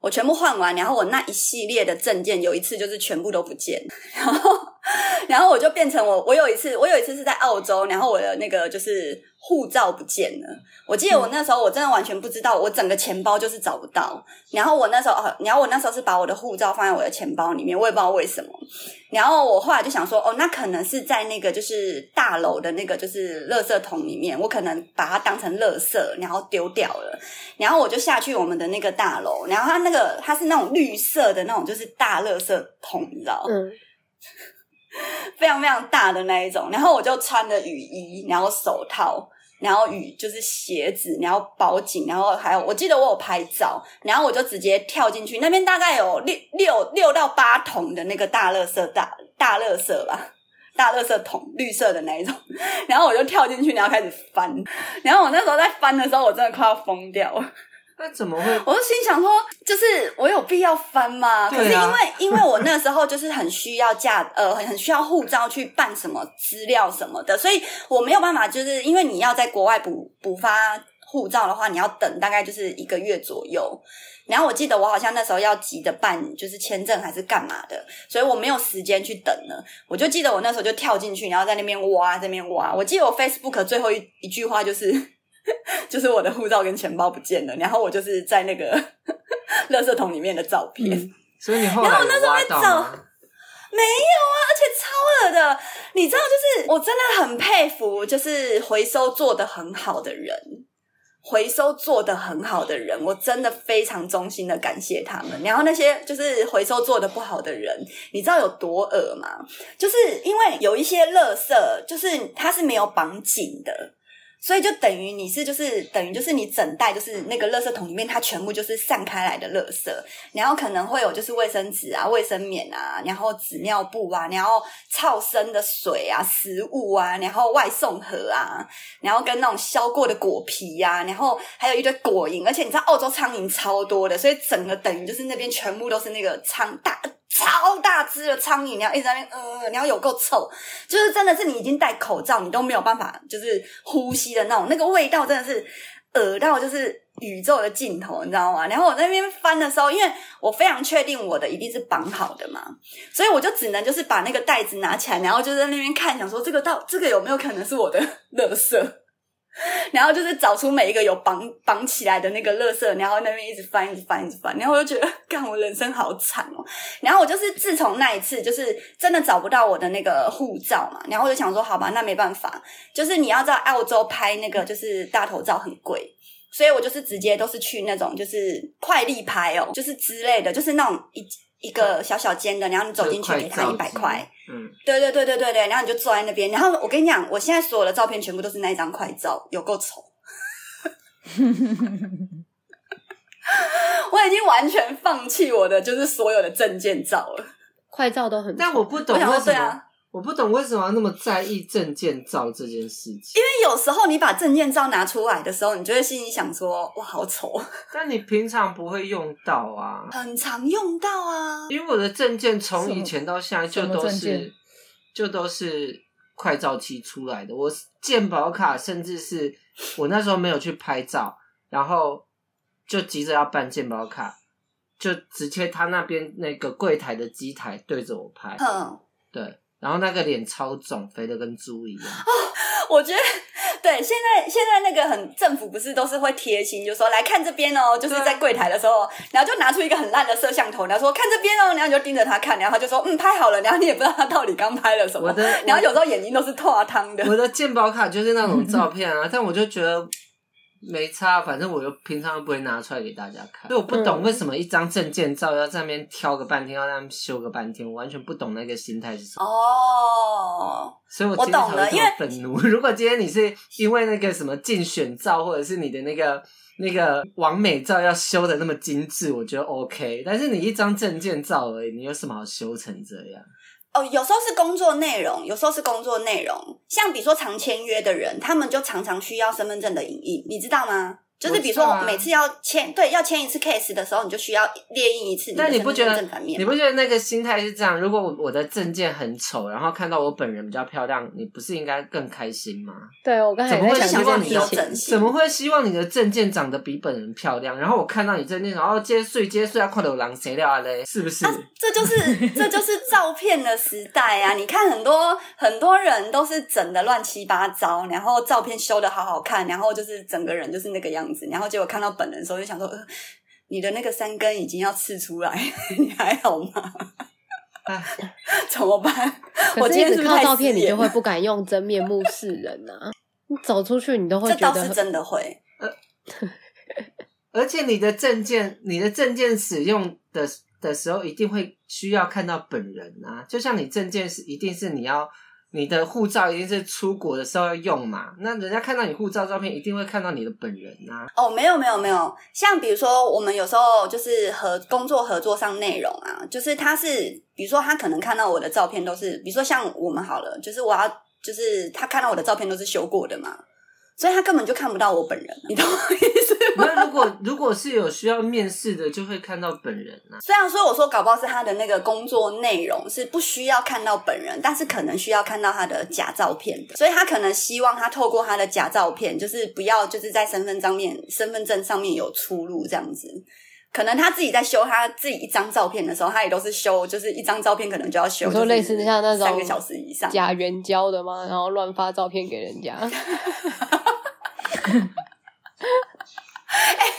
[SPEAKER 2] 我全部换完，然后我那一系列的证件有一次就是全部都不见，然后然后我就变成我我有一次我有一次是在澳洲，然后我的那个就是护照不见了，我记得我那时候我真的完全不知道，我整个钱包就是找不到，然后我那时候哦，然后我那时候是把我的护照放在我的钱包里面，我也不知道为什么。然后我后来就想说，哦，那可能是在那个就是大楼的那个就是垃圾桶里面，我可能把它当成垃圾，然后丢掉了。然后我就下去我们的那个大楼，然后它那个它是那种绿色的那种，就是大垃圾桶，你知道，
[SPEAKER 4] 嗯，
[SPEAKER 2] 非常非常大的那一种。然后我就穿着雨衣，然后手套。然后雨就是鞋子，然后包紧，然后还有，我记得我有拍照，然后我就直接跳进去，那边大概有六六六到八桶的那个大垃圾大大垃圾吧，大垃圾桶，绿色的那一种， (laughs) 然后我就跳进去，然后开始翻， (laughs) 然后我那时候在翻的时候，我真的快要疯掉了，
[SPEAKER 3] 那怎么会？
[SPEAKER 2] 我就心想说，就是我有必要翻吗？可是
[SPEAKER 3] 对
[SPEAKER 2] 因
[SPEAKER 3] 啊
[SPEAKER 2] 为因为我那时候就是很需要驾呃很很需要护照去办什么资料什么的，所以我没有办法，就是因为你要在国外补补发护照的话，你要等大概就是一个月左右。然后我记得我好像那时候要急着办就是签证还是干嘛的，所以我没有时间去等了。我就记得我那时候就跳进去，然后在那边挖，在那边挖。我记得我 Facebook 最后一一句话就是， (laughs) 就是我的护照跟钱包不见了，然后我就是在那个 (laughs) 垃圾桶里面的照片。
[SPEAKER 3] 所以你后来有挖
[SPEAKER 2] 然
[SPEAKER 3] 到
[SPEAKER 2] 后
[SPEAKER 3] 吗？
[SPEAKER 2] 没有啊，而且超恶的。你知道，就是我真的很佩服，就是回收做的很好的人，回收做的很好的人，我真的非常衷心的感谢他们。然后那些就是回收做的不好的人，你知道有多恶吗？就是因为有一些垃圾，就是它是没有绑紧的。所以就等于你是就是等于就是你整袋就是那个垃圾桶里面它全部就是散开来的垃圾，然后可能会有就是卫生纸啊、卫生棉啊，然后纸尿布啊，然后超生的水啊、食物啊，然后外送盒啊，然后跟那种削过的果皮啊，然后还有一堆果蝇，而且你知道澳洲苍蝇超多的，所以整个等于就是那边全部都是那个苍大超大只的苍蝇，然后一直在那边呃，然后有够臭，就是真的是你已经戴口罩，你都没有办法就是呼吸的那种，那个味道真的是恶到就是宇宙的尽头，你知道吗？然后我在那边翻的时候，因为我非常确定我的一定是绑好的嘛，所以我就只能就是把那个袋子拿起来，然后就在那边看，想说这个到这个有没有可能是我的 (laughs) 垃圾。然后就是找出每一个有绑绑起来的那个垃圾，然后那边一直翻，一直翻，一直翻，然后我就觉得，干，我人生好惨哦。然后我就是自从那一次，就是真的找不到我的那个护照嘛，然后我就想说，好吧，那没办法，就是你要在澳洲拍那个就是大头照很贵。所以我就是直接都是去那种就是快立拍哦，就是之类的，就是那种一一个小小间的，然后你走进去给他一百块，
[SPEAKER 3] 嗯，
[SPEAKER 2] 对对对对对对，然后你就坐在那边，然后我跟你讲，我现在所有的照片全部都是那一张快照，有够丑。我已经完全放弃我的就是所有的证件照了。
[SPEAKER 4] 快照都很丑，
[SPEAKER 3] 但我不懂
[SPEAKER 2] 我
[SPEAKER 3] 为
[SPEAKER 2] 想说
[SPEAKER 3] 什
[SPEAKER 2] 对
[SPEAKER 3] 么，
[SPEAKER 2] 啊
[SPEAKER 3] 我不懂为什么要那么在意证件照这件事情。
[SPEAKER 2] 因为有时候你把证件照拿出来的时候，你就会心里想说：“哇，好丑
[SPEAKER 3] 但你平常不会用到！”啊，
[SPEAKER 2] 很常用到啊。
[SPEAKER 3] 因为我的证件从
[SPEAKER 1] 什么
[SPEAKER 3] 以前到现在就
[SPEAKER 1] 什么
[SPEAKER 3] 都
[SPEAKER 1] 证件
[SPEAKER 3] 是就都是快照期出来的。我健保卡甚至是我那时候没有去拍照，然后就急着要办健保卡，就直接他那边那个柜台的机台对着我拍，
[SPEAKER 2] 嗯，
[SPEAKER 3] 对，然后那个脸超肿，肥的跟猪
[SPEAKER 2] (laughs)
[SPEAKER 3] 一样。
[SPEAKER 2] 我觉得对，现在现在那个很政府不是都是会贴心，就说来看这边哦，就是在柜台的时候，哦然后就拿出一个很烂的摄像头，然后说看这边哦，然后你就盯着他看，然后他就说嗯拍好了，然后你也不知道他到底刚拍了什
[SPEAKER 3] 我
[SPEAKER 2] 么
[SPEAKER 3] 的，
[SPEAKER 2] 然后有时候眼睛都是透啊汤的。
[SPEAKER 3] 我的健保卡就是那种照
[SPEAKER 2] (laughs)
[SPEAKER 3] 片啊，但我就觉得没差，啊反正我又平常又不会拿出来给大家看，所以我不懂
[SPEAKER 2] 嗯
[SPEAKER 3] 为什么一张证件照要在那边挑个半天，要在那边修个半天，我完全不懂那个心态是什么。
[SPEAKER 2] 哦，
[SPEAKER 3] 所以我
[SPEAKER 2] 我
[SPEAKER 3] 今天才
[SPEAKER 2] 懂了
[SPEAKER 3] 会这
[SPEAKER 2] 因为
[SPEAKER 3] 么愤怒。如果今天你是因为那个什么竞选照，或者是你的那个。那个完美照要修的那么精致，我觉得 OK。但是你一张证件照而已，你有什么好修成这样？
[SPEAKER 2] 哦，有时候是工作内容，有时候是工作内容。像比如说常签约的人，他们就常常需要身份证的影印，你知道吗？就是比如
[SPEAKER 3] 我知道
[SPEAKER 2] 说
[SPEAKER 3] 啊
[SPEAKER 2] 每次要签、对要签一次 case 的时候，你就需要列印一次你的
[SPEAKER 3] 但你
[SPEAKER 2] 身
[SPEAKER 3] 不
[SPEAKER 2] 份
[SPEAKER 3] 觉
[SPEAKER 2] 证
[SPEAKER 3] 得
[SPEAKER 2] 正反面
[SPEAKER 3] 你。不觉得那个心态是这样？如果我我的证件很丑，然后看到我本人比较漂亮，你不是应该更开心吗？
[SPEAKER 4] 对我刚才
[SPEAKER 3] 怎么
[SPEAKER 4] 也
[SPEAKER 3] 会
[SPEAKER 4] 在
[SPEAKER 3] 希
[SPEAKER 4] 想这
[SPEAKER 3] 望
[SPEAKER 4] 件
[SPEAKER 3] 你
[SPEAKER 4] 事
[SPEAKER 2] 有
[SPEAKER 4] 情，
[SPEAKER 2] 整形？
[SPEAKER 3] 怎么会希望你的证件长得比本人漂亮？然后我看到你证件，然后接碎接碎啊，快流狼谁料啊嘞？是不是？
[SPEAKER 2] 这就是这就是照片的时代啊！你看很多很多人都是整的乱七八糟，然后照片修的好好看，然后就是整个人就是那个样子，然后结果看到本人的时候就想说，呃、你的那个三根已经要刺出来， (laughs) 你还好吗？
[SPEAKER 3] 哎
[SPEAKER 2] (laughs) 怎么办？我
[SPEAKER 4] 啊可
[SPEAKER 2] 今
[SPEAKER 4] 是
[SPEAKER 2] 天是
[SPEAKER 4] 一
[SPEAKER 2] 不
[SPEAKER 4] 直
[SPEAKER 2] 是
[SPEAKER 4] 靠
[SPEAKER 2] 太
[SPEAKER 4] 照片，
[SPEAKER 2] 失
[SPEAKER 4] 你就
[SPEAKER 2] 言
[SPEAKER 4] 会不敢用真面目示人啊。你走出去，你都会
[SPEAKER 2] 这
[SPEAKER 4] 觉
[SPEAKER 2] 倒
[SPEAKER 4] 得
[SPEAKER 2] 是
[SPEAKER 4] 很
[SPEAKER 2] 真的会。
[SPEAKER 3] 而且你的证件，你的证件使用的的时候，一定会需要看到本人啊。就像你证件是，一定是你要你的护照，一定是出国的时候要用嘛。那人家看到你护照照片，一定会看到你的本人啊。
[SPEAKER 2] 哦，没有没有没有，像比如说我们有时候就是合工作合作上内容啊，就是他是比如说他可能看到我的照片都是，比如说像我们好了，就是我要就是他看到我的照片都是修过的嘛，所以他根本就看不到我本人，你懂我意思吗？
[SPEAKER 3] (laughs) 那如果如果是有需要面试的，就会看到本人啊。
[SPEAKER 2] 虽然说我说搞不好是他的那个工作内容是不需要看到本人，但是可能需要看到他的假照片的，所以他可能希望他透过他的假照片，就是不要就是在身份上面、身份证上面有出入这样子。可能他自己在修他自己一张照片的时候，他也都是修，就是一张照片可能就要修，
[SPEAKER 4] 你说类似像那种
[SPEAKER 2] 三个小时以上。
[SPEAKER 4] 假援交的吗？然后乱发照片给人 (laughs) 家，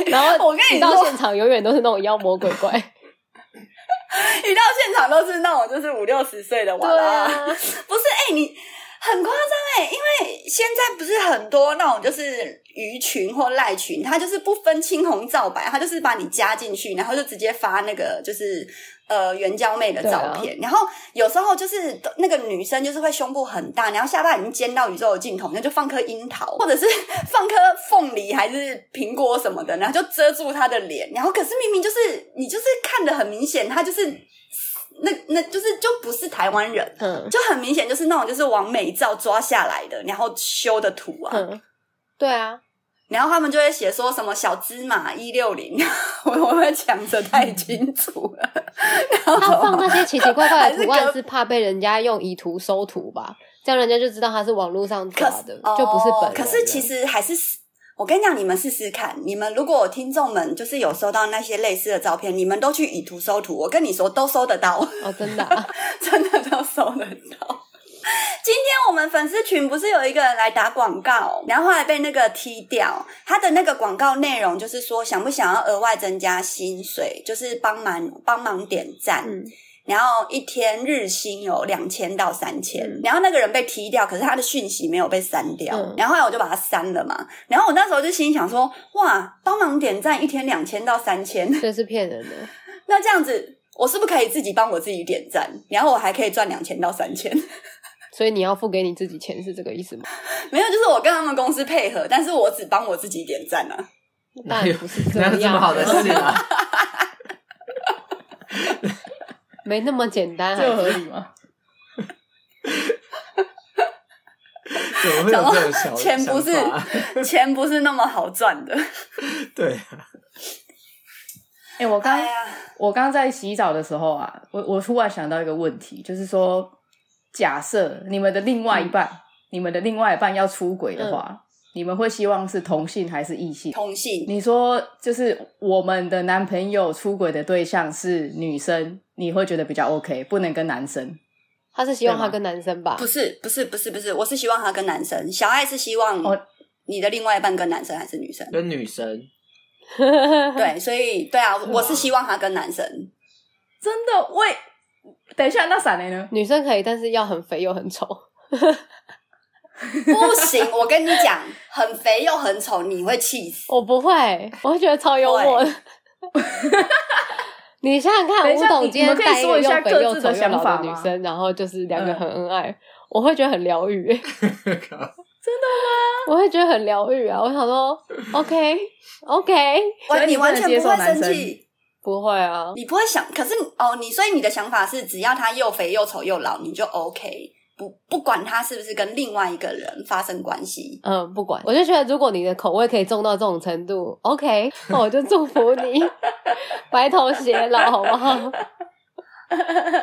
[SPEAKER 4] 然后
[SPEAKER 2] 我跟你
[SPEAKER 4] 到
[SPEAKER 2] 说
[SPEAKER 4] 现场永远都是那种妖魔鬼怪，
[SPEAKER 2] 一到现场都是那种就是五六十岁的娃
[SPEAKER 4] (laughs) 对
[SPEAKER 2] 娃，
[SPEAKER 4] 啊，
[SPEAKER 2] 不是哎、你很夸张哎，因为现在不是很多那种就是鱼群或赖群，它就是不分青红皂白，它就是把你加进去，然后就直接发那个就是呃援交妹的照片，然后有时候就是那个女生就是会胸部很大，然后下巴已经尖到宇宙的尽头，那就放颗樱桃或者是放颗凤梨还是苹果什么的，然后就遮住她的脸，然后可是明明就是你就是看得很明显，她就是那那就是就不是台湾人。
[SPEAKER 4] (laughs) 嗯
[SPEAKER 2] 就很明显就是那种就是往美照抓下来的，然后修的图啊，
[SPEAKER 4] 嗯， (laughs) 对啊，
[SPEAKER 2] 然后他们就会写说什么小芝麻一六零， (laughs) 我我会讲的太清楚了，然
[SPEAKER 4] 他放
[SPEAKER 2] 后
[SPEAKER 4] 那些奇奇怪怪
[SPEAKER 2] 还
[SPEAKER 4] 的图
[SPEAKER 2] 是
[SPEAKER 4] 案
[SPEAKER 2] 隔
[SPEAKER 4] 是怕被人家用以图搜图吧？这样人家就知道他是网络上
[SPEAKER 2] 可
[SPEAKER 4] 抓的， (laughs) 就不是本
[SPEAKER 2] 哦
[SPEAKER 4] 人了。
[SPEAKER 2] 可是其实还是试。我跟你讲，你们试试看。你们如果听众们就是有收到那些类似的照片，你们都去以图搜图。我跟你说，都搜得到。
[SPEAKER 4] 哦，真的 (laughs) 啊
[SPEAKER 2] (laughs) 真的都搜得到。今天我们粉丝群不是有一个人来打广告，然后后来被那个踢掉。他的那个广告内容就是说，想不想要额外增加薪水，就是帮忙帮忙点赞。
[SPEAKER 4] 嗯，
[SPEAKER 2] 然后一天日薪有两千到三千、
[SPEAKER 4] 嗯
[SPEAKER 2] 然后那个人被踢掉，可是他的讯息没有被删掉，
[SPEAKER 4] 嗯
[SPEAKER 2] 然后后来我就把他删了嘛。然后我那时候就心里想说，哇，帮忙点赞一天两千到三千，
[SPEAKER 4] 这是骗人的。
[SPEAKER 2] 那这样子，我是不是可以自己帮我自己点赞，然后我还可以赚两千到三千？
[SPEAKER 4] 所以你要付给你自己钱是这个意思吗？
[SPEAKER 2] 没有，就是我跟他们公司配合，但是我只帮我自己点赞啊。
[SPEAKER 3] 哪
[SPEAKER 4] 当然
[SPEAKER 3] 有 (laughs)
[SPEAKER 4] 不是这
[SPEAKER 3] 哪有这
[SPEAKER 4] 样
[SPEAKER 3] 么好的事啊？
[SPEAKER 2] (laughs)
[SPEAKER 4] 没那么简单
[SPEAKER 1] 这有
[SPEAKER 4] 啊。
[SPEAKER 1] 合理吗？
[SPEAKER 3] 怎么会有这种小
[SPEAKER 2] 钱不是
[SPEAKER 3] 想法
[SPEAKER 2] (laughs)
[SPEAKER 3] (laughs)
[SPEAKER 2] 钱不是那么好赚的。
[SPEAKER 3] 对，
[SPEAKER 1] 哎、我刚、
[SPEAKER 2] 哎呀，
[SPEAKER 1] 我刚在洗澡的时候啊，我我突然想到一个问题，就是说，假设你们的另外一半，你们的另外一半要出轨的话，你们会希望是同性还是异性？
[SPEAKER 2] 同性
[SPEAKER 1] 你说，就是我们的男朋友出轨的对象是女生，你会觉得比较 OK，不能跟男生。
[SPEAKER 4] 他是希望
[SPEAKER 1] 对吗
[SPEAKER 4] 他跟男生吧
[SPEAKER 2] 不？是不是不是不是，我是希望他跟男生。小爱是希望
[SPEAKER 1] 哦
[SPEAKER 2] 你的另外一半跟男生还是女生？
[SPEAKER 3] 跟女生
[SPEAKER 1] 嗯
[SPEAKER 2] 对，所以对啊，我是希望他跟男生。
[SPEAKER 1] 真的喂，等一下，那闪雷呢？
[SPEAKER 4] 女生可以，但是要很肥又很丑。 (laughs)
[SPEAKER 2] 不行，我跟你讲，很肥又很丑，你会气死。
[SPEAKER 4] 我不会，我会觉得超幽默的。 (laughs) 你想想看，
[SPEAKER 1] 等一
[SPEAKER 4] 吴
[SPEAKER 1] 下
[SPEAKER 4] 董
[SPEAKER 1] 你
[SPEAKER 4] 今
[SPEAKER 1] 你
[SPEAKER 4] 天
[SPEAKER 1] 们可以
[SPEAKER 4] 带一
[SPEAKER 1] 说
[SPEAKER 4] 个
[SPEAKER 1] 一
[SPEAKER 4] 又
[SPEAKER 1] 下
[SPEAKER 4] 肥
[SPEAKER 1] 各
[SPEAKER 4] 又
[SPEAKER 1] 自
[SPEAKER 4] 丑
[SPEAKER 1] 的
[SPEAKER 4] 又
[SPEAKER 1] 想
[SPEAKER 4] 老
[SPEAKER 1] 法
[SPEAKER 4] 的女
[SPEAKER 1] 吗
[SPEAKER 4] 生，然后就是两个
[SPEAKER 1] 嗯
[SPEAKER 4] 很恩爱，我会觉得很疗
[SPEAKER 1] (laughs)
[SPEAKER 4] 愈。我会觉得很疗愈啊！我想说，OK OK，
[SPEAKER 1] 所以
[SPEAKER 2] 完，
[SPEAKER 1] 你
[SPEAKER 2] 你完全
[SPEAKER 1] 不能接
[SPEAKER 2] 不
[SPEAKER 1] 受
[SPEAKER 2] 会
[SPEAKER 1] 男
[SPEAKER 2] 生
[SPEAKER 1] 生
[SPEAKER 2] 气，
[SPEAKER 4] (laughs) 不会啊，
[SPEAKER 2] 你不会想。可是哦，你所以你的想法是，只要他又肥又丑又老，你就 OK，不不管他是不是跟另外一个人发生关系。
[SPEAKER 4] 嗯，不管，我就觉得如果你的口味可以重到这种程度，OK，那我就祝
[SPEAKER 1] (laughs)
[SPEAKER 4] 福你白头偕老，好不好？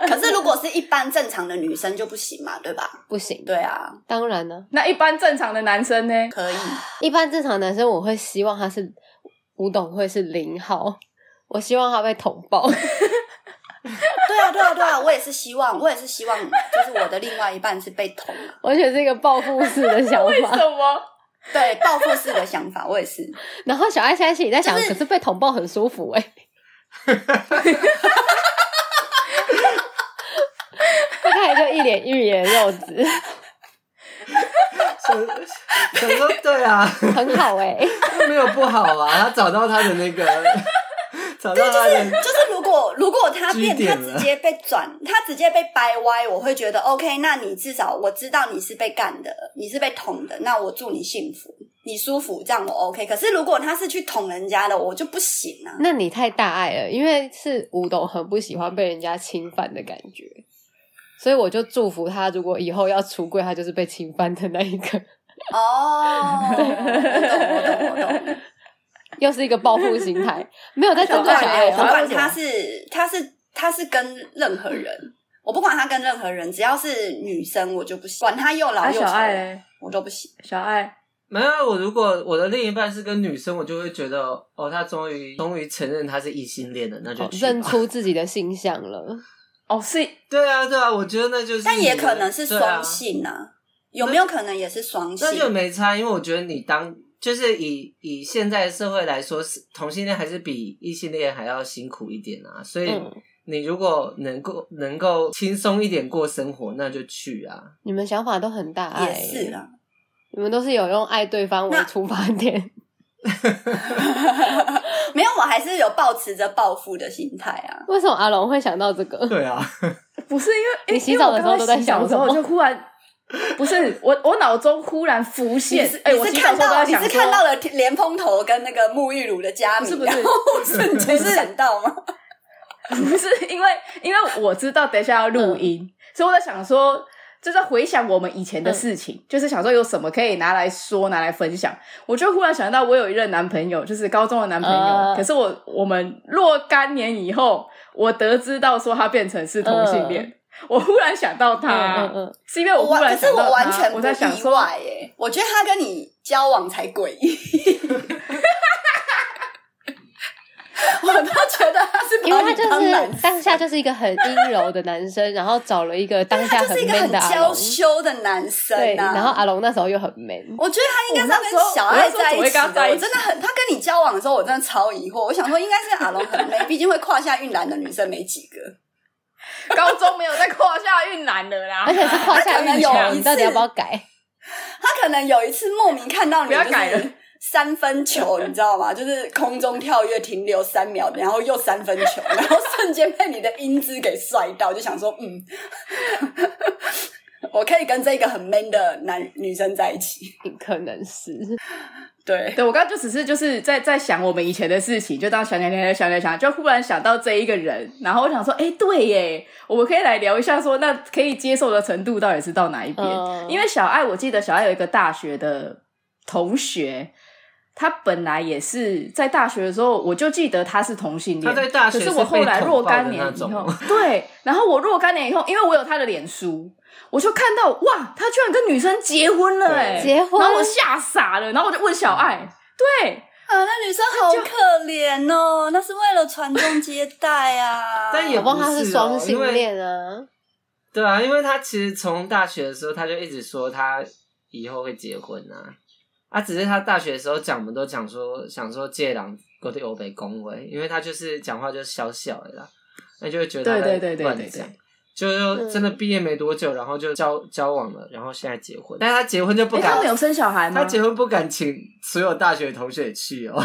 [SPEAKER 2] 可是如果是一般正常的女生就不行嘛，对吧？
[SPEAKER 4] 不行，
[SPEAKER 2] 对啊，
[SPEAKER 4] 当然呢，
[SPEAKER 1] 那一般正常的男生呢？
[SPEAKER 2] 可以。
[SPEAKER 4] 一般正常男生我会希望他是吴董会是零号，我希望他被捅爆。 (laughs)
[SPEAKER 2] 对啊，对啊，对啊，我也是希望，我也是希望，就是我的另外一半是被捅啊。
[SPEAKER 4] 我觉得是一个报复式的想
[SPEAKER 1] 为
[SPEAKER 4] 法。
[SPEAKER 1] 什么？
[SPEAKER 2] 对，报复式的想法，我也是。
[SPEAKER 4] (laughs) 然后小爱现在心里在想，
[SPEAKER 2] 就是
[SPEAKER 4] 可是被捅爆很舒服哎、欸。他刚才就一脸欲言又止，
[SPEAKER 3] 想想说对啊，
[SPEAKER 4] 很好哎、
[SPEAKER 3] 没有不好啊，他找到他的那个， (laughs) 找到他的
[SPEAKER 2] 就是如果如果他变
[SPEAKER 3] 据
[SPEAKER 2] 他
[SPEAKER 3] 点了
[SPEAKER 2] 直接被转，他直接被掰歪，我会觉得 OK，那你至少我知道你是被干的，你是被捅的，那我祝你幸福，你舒服，这样我 OK。可是如果他是去捅人家的，我就不行啊。
[SPEAKER 4] 那你太大爱了，因为是吴董很不喜欢被人家侵犯的感觉，所以我就祝福他，如果以后要出柜，他就是被侵犯的那一个，
[SPEAKER 2] 哦，我懂，我懂，我懂。
[SPEAKER 4] 又是一个报复心态，没有在
[SPEAKER 2] 不
[SPEAKER 4] 针对
[SPEAKER 2] 管
[SPEAKER 4] 小爱
[SPEAKER 2] 我不
[SPEAKER 4] 哦。
[SPEAKER 2] 管他是他是他是跟任何人，我不管他跟任何人，只要是女生我就不行，管他又老
[SPEAKER 1] 啊，
[SPEAKER 2] 又丑，
[SPEAKER 1] 小爱嘞，
[SPEAKER 2] 我都不行。
[SPEAKER 1] 小爱，
[SPEAKER 3] 没有，我如果我的另一半是跟女生，我就会觉得哦，他终于终于承认他是异性恋了，那就
[SPEAKER 4] 哦
[SPEAKER 3] 去吧
[SPEAKER 4] 认出自己的性向了，
[SPEAKER 1] 哦，是
[SPEAKER 3] 对啊，对啊，我觉得那就是，
[SPEAKER 2] 但也可能是
[SPEAKER 3] 对啊
[SPEAKER 2] 双性啊，有没有可能也是双性
[SPEAKER 3] 那？就没差，因为我觉得你当就是以以现在的社会来说，是同性恋还是比异性恋还要辛苦一点啊。所以
[SPEAKER 4] 嗯
[SPEAKER 3] 你如果能够能够轻松一点过生活，那就去啊。
[SPEAKER 4] 你们想法都很大
[SPEAKER 1] 哎
[SPEAKER 4] 爱，
[SPEAKER 2] 也是啦，
[SPEAKER 4] 你们都是有用爱对方为
[SPEAKER 2] 那
[SPEAKER 4] 出发点， (laughs)
[SPEAKER 2] 没有，我还是有保持着报复的心态啊。
[SPEAKER 4] 为什么阿龙会想到这个？
[SPEAKER 3] 对啊，
[SPEAKER 1] 不是因为因为
[SPEAKER 4] 你洗澡的时候都在
[SPEAKER 1] 因为我刚才洗澡的时候
[SPEAKER 4] 想什
[SPEAKER 1] 就忽
[SPEAKER 2] (laughs)
[SPEAKER 1] 然，不是我我脑中忽然浮
[SPEAKER 2] 你
[SPEAKER 1] 现
[SPEAKER 2] 是，
[SPEAKER 1] 哎、
[SPEAKER 2] 你
[SPEAKER 1] 我
[SPEAKER 2] 是
[SPEAKER 1] 洗澡
[SPEAKER 2] 看
[SPEAKER 1] 的时候都
[SPEAKER 2] 到
[SPEAKER 1] 在
[SPEAKER 2] 你
[SPEAKER 1] 想
[SPEAKER 2] 是
[SPEAKER 1] 说
[SPEAKER 2] 看到了莲蓬头跟那个沐浴乳的加
[SPEAKER 1] 不
[SPEAKER 2] 冕，
[SPEAKER 1] 是不
[SPEAKER 2] 然
[SPEAKER 1] 是
[SPEAKER 2] 后瞬间想到吗？
[SPEAKER 1] (laughs) 不是因为因为我知道等一下要录
[SPEAKER 2] 嗯
[SPEAKER 1] 音，所以我在想说，就在回想我们以前的事情，
[SPEAKER 2] 嗯
[SPEAKER 1] 就是想说有什么可以拿来说、拿来分享。我就忽然想到，我有一任男朋友，就是高中的男朋友，
[SPEAKER 2] 嗯
[SPEAKER 4] 啊
[SPEAKER 1] 可是我我们若干年以后，我得知到说他变成是同性
[SPEAKER 2] 嗯
[SPEAKER 1] 恋，我忽然想到他，
[SPEAKER 4] 嗯嗯嗯
[SPEAKER 1] 是因为我忽
[SPEAKER 2] 完
[SPEAKER 1] 然
[SPEAKER 2] 可是
[SPEAKER 1] 想到他，
[SPEAKER 2] 我完全
[SPEAKER 1] 我
[SPEAKER 2] 不
[SPEAKER 1] 在想
[SPEAKER 2] 意
[SPEAKER 1] 说，
[SPEAKER 2] 外耶，我觉得他跟你交往才诡异。
[SPEAKER 1] (laughs)
[SPEAKER 2] 我都觉得他是
[SPEAKER 4] 因
[SPEAKER 2] 把
[SPEAKER 4] 为他
[SPEAKER 2] 你当
[SPEAKER 4] 就
[SPEAKER 2] 男
[SPEAKER 4] 是当下就是一个很阴柔的男生，然后找了一个当下
[SPEAKER 2] 他就是一个
[SPEAKER 4] man
[SPEAKER 2] 很
[SPEAKER 4] 的阿
[SPEAKER 2] 娇
[SPEAKER 4] 龙，
[SPEAKER 2] 羞的男生
[SPEAKER 4] 对，
[SPEAKER 2] 啊。
[SPEAKER 4] 然后阿龙那时候又很 man，
[SPEAKER 2] 我觉得他应该是要
[SPEAKER 1] 我那时候
[SPEAKER 2] 跟小爱在
[SPEAKER 1] 我
[SPEAKER 2] 一
[SPEAKER 1] 那
[SPEAKER 2] 起
[SPEAKER 1] 时候怎么会跟他
[SPEAKER 2] 的。
[SPEAKER 1] 在一
[SPEAKER 2] 我
[SPEAKER 1] 起
[SPEAKER 2] 真的很，他跟你交往的时候，我真的超疑惑。我想说，应该是阿
[SPEAKER 1] (laughs)
[SPEAKER 2] 龙很美，毕竟会胯下运篮的女生没几个。
[SPEAKER 1] 高中没有在胯下运男的啦
[SPEAKER 4] 而。且是胯
[SPEAKER 2] 他
[SPEAKER 4] 下运
[SPEAKER 2] 可能
[SPEAKER 4] 球，
[SPEAKER 2] 有一
[SPEAKER 4] 你到底
[SPEAKER 2] 次
[SPEAKER 4] 要不要改？ (laughs)
[SPEAKER 2] 他可能有一次莫名看到你
[SPEAKER 1] 不要改
[SPEAKER 2] 就是
[SPEAKER 1] 了
[SPEAKER 2] 三分球，你知道吗？ (laughs) 就是空中跳跃停留三秒，然后又三分球， (laughs) 然后瞬间被你的英姿给帅到，就想说，嗯， (laughs) 我可以跟这个很 man 的男女生在一起。
[SPEAKER 4] 可能是
[SPEAKER 2] 对，
[SPEAKER 1] 对我刚刚就只是就是在在想我们以前的事情，就当想想想想想想，就忽然想到这一个人，然后我想说，哎，对耶，我们可以来聊一下说，那可以接受的程度到底是到哪一边？
[SPEAKER 4] 嗯
[SPEAKER 1] 因为小爱，我记得小爱有一个大学的同学。他本来也是在大学的时候，我就记得他是同性恋。
[SPEAKER 3] 他在大学
[SPEAKER 1] 可
[SPEAKER 3] 是
[SPEAKER 1] 是我后来
[SPEAKER 3] 被
[SPEAKER 1] 若
[SPEAKER 3] 捅爆的
[SPEAKER 1] 干年
[SPEAKER 3] 那
[SPEAKER 1] 以
[SPEAKER 3] 种
[SPEAKER 1] 后，对，然后我若干年以后，因为我有他的脸书，我就看到哇，他居然跟女生结婚了
[SPEAKER 3] 对嗯
[SPEAKER 1] 哎、欸，
[SPEAKER 4] 结婚
[SPEAKER 1] 然后我吓傻了，然后我就问小爱，对，
[SPEAKER 2] 啊，那女生好可怜哦，那是为了传宗接代啊。
[SPEAKER 3] (laughs) 但也
[SPEAKER 4] 搞不好他
[SPEAKER 3] 不
[SPEAKER 4] 是
[SPEAKER 3] 是哦
[SPEAKER 4] 双性恋啊，
[SPEAKER 3] 对啊，因为他其实从大学的时候他就一直说他以后会结婚啊，啊，只是他大学的时候讲，我们都讲说想说借狼我对欧北恭维，因为他就是讲话就小小的啦，那就会觉得他在
[SPEAKER 1] 对对对对
[SPEAKER 3] 乱
[SPEAKER 1] 对对嗯
[SPEAKER 3] 讲。就是真的毕业没多久，然后就交交往了，然后现在结婚，但是他结婚就不
[SPEAKER 1] 哎、
[SPEAKER 3] 敢
[SPEAKER 1] 他们有生小孩吗？
[SPEAKER 3] 他结婚不敢请所有大学同学去
[SPEAKER 1] (laughs)
[SPEAKER 3] 哦，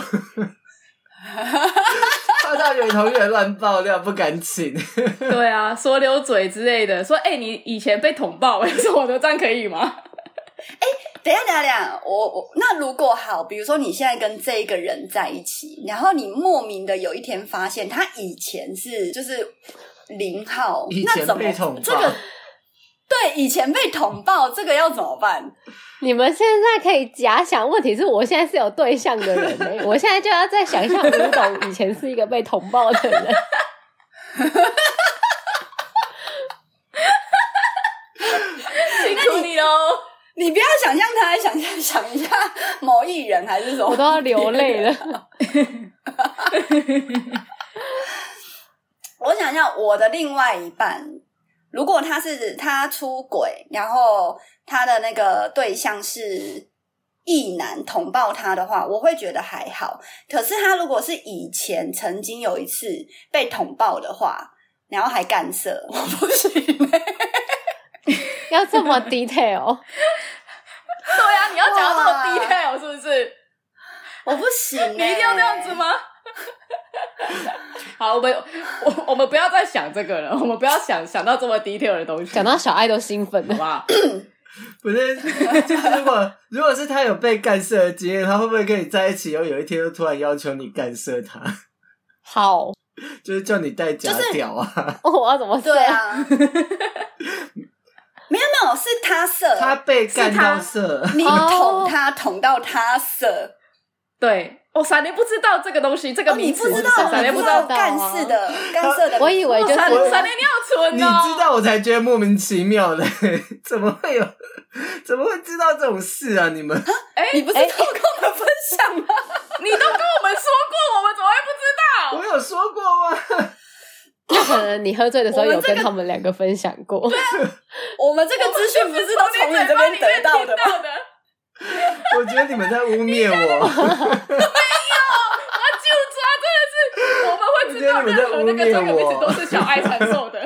[SPEAKER 3] 他大学同学乱爆料，不敢请。
[SPEAKER 1] (laughs) 对啊，说溜嘴之类的，说哎、欸你以前被捅爆、欸， (laughs) 说我的这样可以吗？
[SPEAKER 2] 等一下，等一下，等一下，我我那如果好，比如说你现在跟这一个人在一起，然后你莫名的有一天发现他以前是就是零号，
[SPEAKER 3] 以
[SPEAKER 2] 那
[SPEAKER 3] 前
[SPEAKER 2] 怎么
[SPEAKER 3] 被捅爆，
[SPEAKER 2] 这个对以前被捅爆，这个要怎么办？
[SPEAKER 4] 你们现在可以假想，问题是我现在是有对象的人呢、我现在就要再想象吴董以前是一个被捅爆的人，
[SPEAKER 1] 辛苦你喽！
[SPEAKER 2] 你不要想象他，想象想一下某艺人还是什么，
[SPEAKER 4] 我都要流泪了。
[SPEAKER 2] 我想要我的另外一半，如果他是他出轨，然后他的那个对象是异男捅爆他的话，我会觉得还好。可是他如果是以前曾经有一次被捅爆的话，然后还干涉， (laughs) 我不行、
[SPEAKER 4] 要这么 detail，
[SPEAKER 1] 对啊，你要讲到这么
[SPEAKER 2] 哇
[SPEAKER 1] detail 是不是？
[SPEAKER 2] 我不
[SPEAKER 1] (laughs)
[SPEAKER 2] 行、欸
[SPEAKER 1] 你一定要这样子？吗？好，我们我我们不要再想这个了， (laughs) 我们不要想想到这么 detail 的东西，
[SPEAKER 4] 讲到小爱都兴奋
[SPEAKER 1] 好
[SPEAKER 4] 了
[SPEAKER 1] 不。好？
[SPEAKER 3] 不是，就是如果如果是他有被干涉的经验，他会不会跟你在一起以后，有一天又突然要求你干涉他， (laughs)
[SPEAKER 4] 好，
[SPEAKER 3] 就是叫你戴假屌啊？
[SPEAKER 4] 我要怎么
[SPEAKER 2] 对
[SPEAKER 4] 算？
[SPEAKER 2] 啊，没有没有，是他射，
[SPEAKER 3] 他被干到色，
[SPEAKER 2] 你
[SPEAKER 4] 哦
[SPEAKER 2] 捅他、捅到他射。
[SPEAKER 1] 对，我、哦、闪电不知道这个东西，这个
[SPEAKER 2] 哦，你
[SPEAKER 1] 名
[SPEAKER 2] 不
[SPEAKER 1] 词，
[SPEAKER 2] 知道，
[SPEAKER 1] 闪
[SPEAKER 2] 你
[SPEAKER 1] 电
[SPEAKER 4] 不
[SPEAKER 1] 不
[SPEAKER 4] 知
[SPEAKER 1] 知
[SPEAKER 4] 道
[SPEAKER 1] 道。
[SPEAKER 2] 干
[SPEAKER 4] 啊
[SPEAKER 2] 事的干涉的，
[SPEAKER 4] 我以为
[SPEAKER 1] (laughs)
[SPEAKER 4] 就是
[SPEAKER 1] 闪
[SPEAKER 3] 我
[SPEAKER 1] 闪电你好
[SPEAKER 3] 你
[SPEAKER 1] 蠢哦！
[SPEAKER 3] 知道我才觉得莫名其妙嘞， (laughs) 怎么会有，怎么会知道这种事啊？你们
[SPEAKER 2] 你不是都跟我们分享吗？
[SPEAKER 1] 哎你都跟我们说过，我们怎么会不知道？
[SPEAKER 3] 我有说过吗？
[SPEAKER 4] 那可能你喝醉的时候
[SPEAKER 2] 我们
[SPEAKER 4] 有
[SPEAKER 2] 这个啊
[SPEAKER 4] 跟他们两个分享过。
[SPEAKER 2] (laughs) 我们这个资讯不是都从你这边得到的
[SPEAKER 1] 吗？
[SPEAKER 2] 吗？
[SPEAKER 1] 我就
[SPEAKER 3] 我觉得你们在污蔑
[SPEAKER 4] (laughs)
[SPEAKER 3] 我，
[SPEAKER 1] 抓真的是，我们会知道任何那个专有名词都是小爱传授的。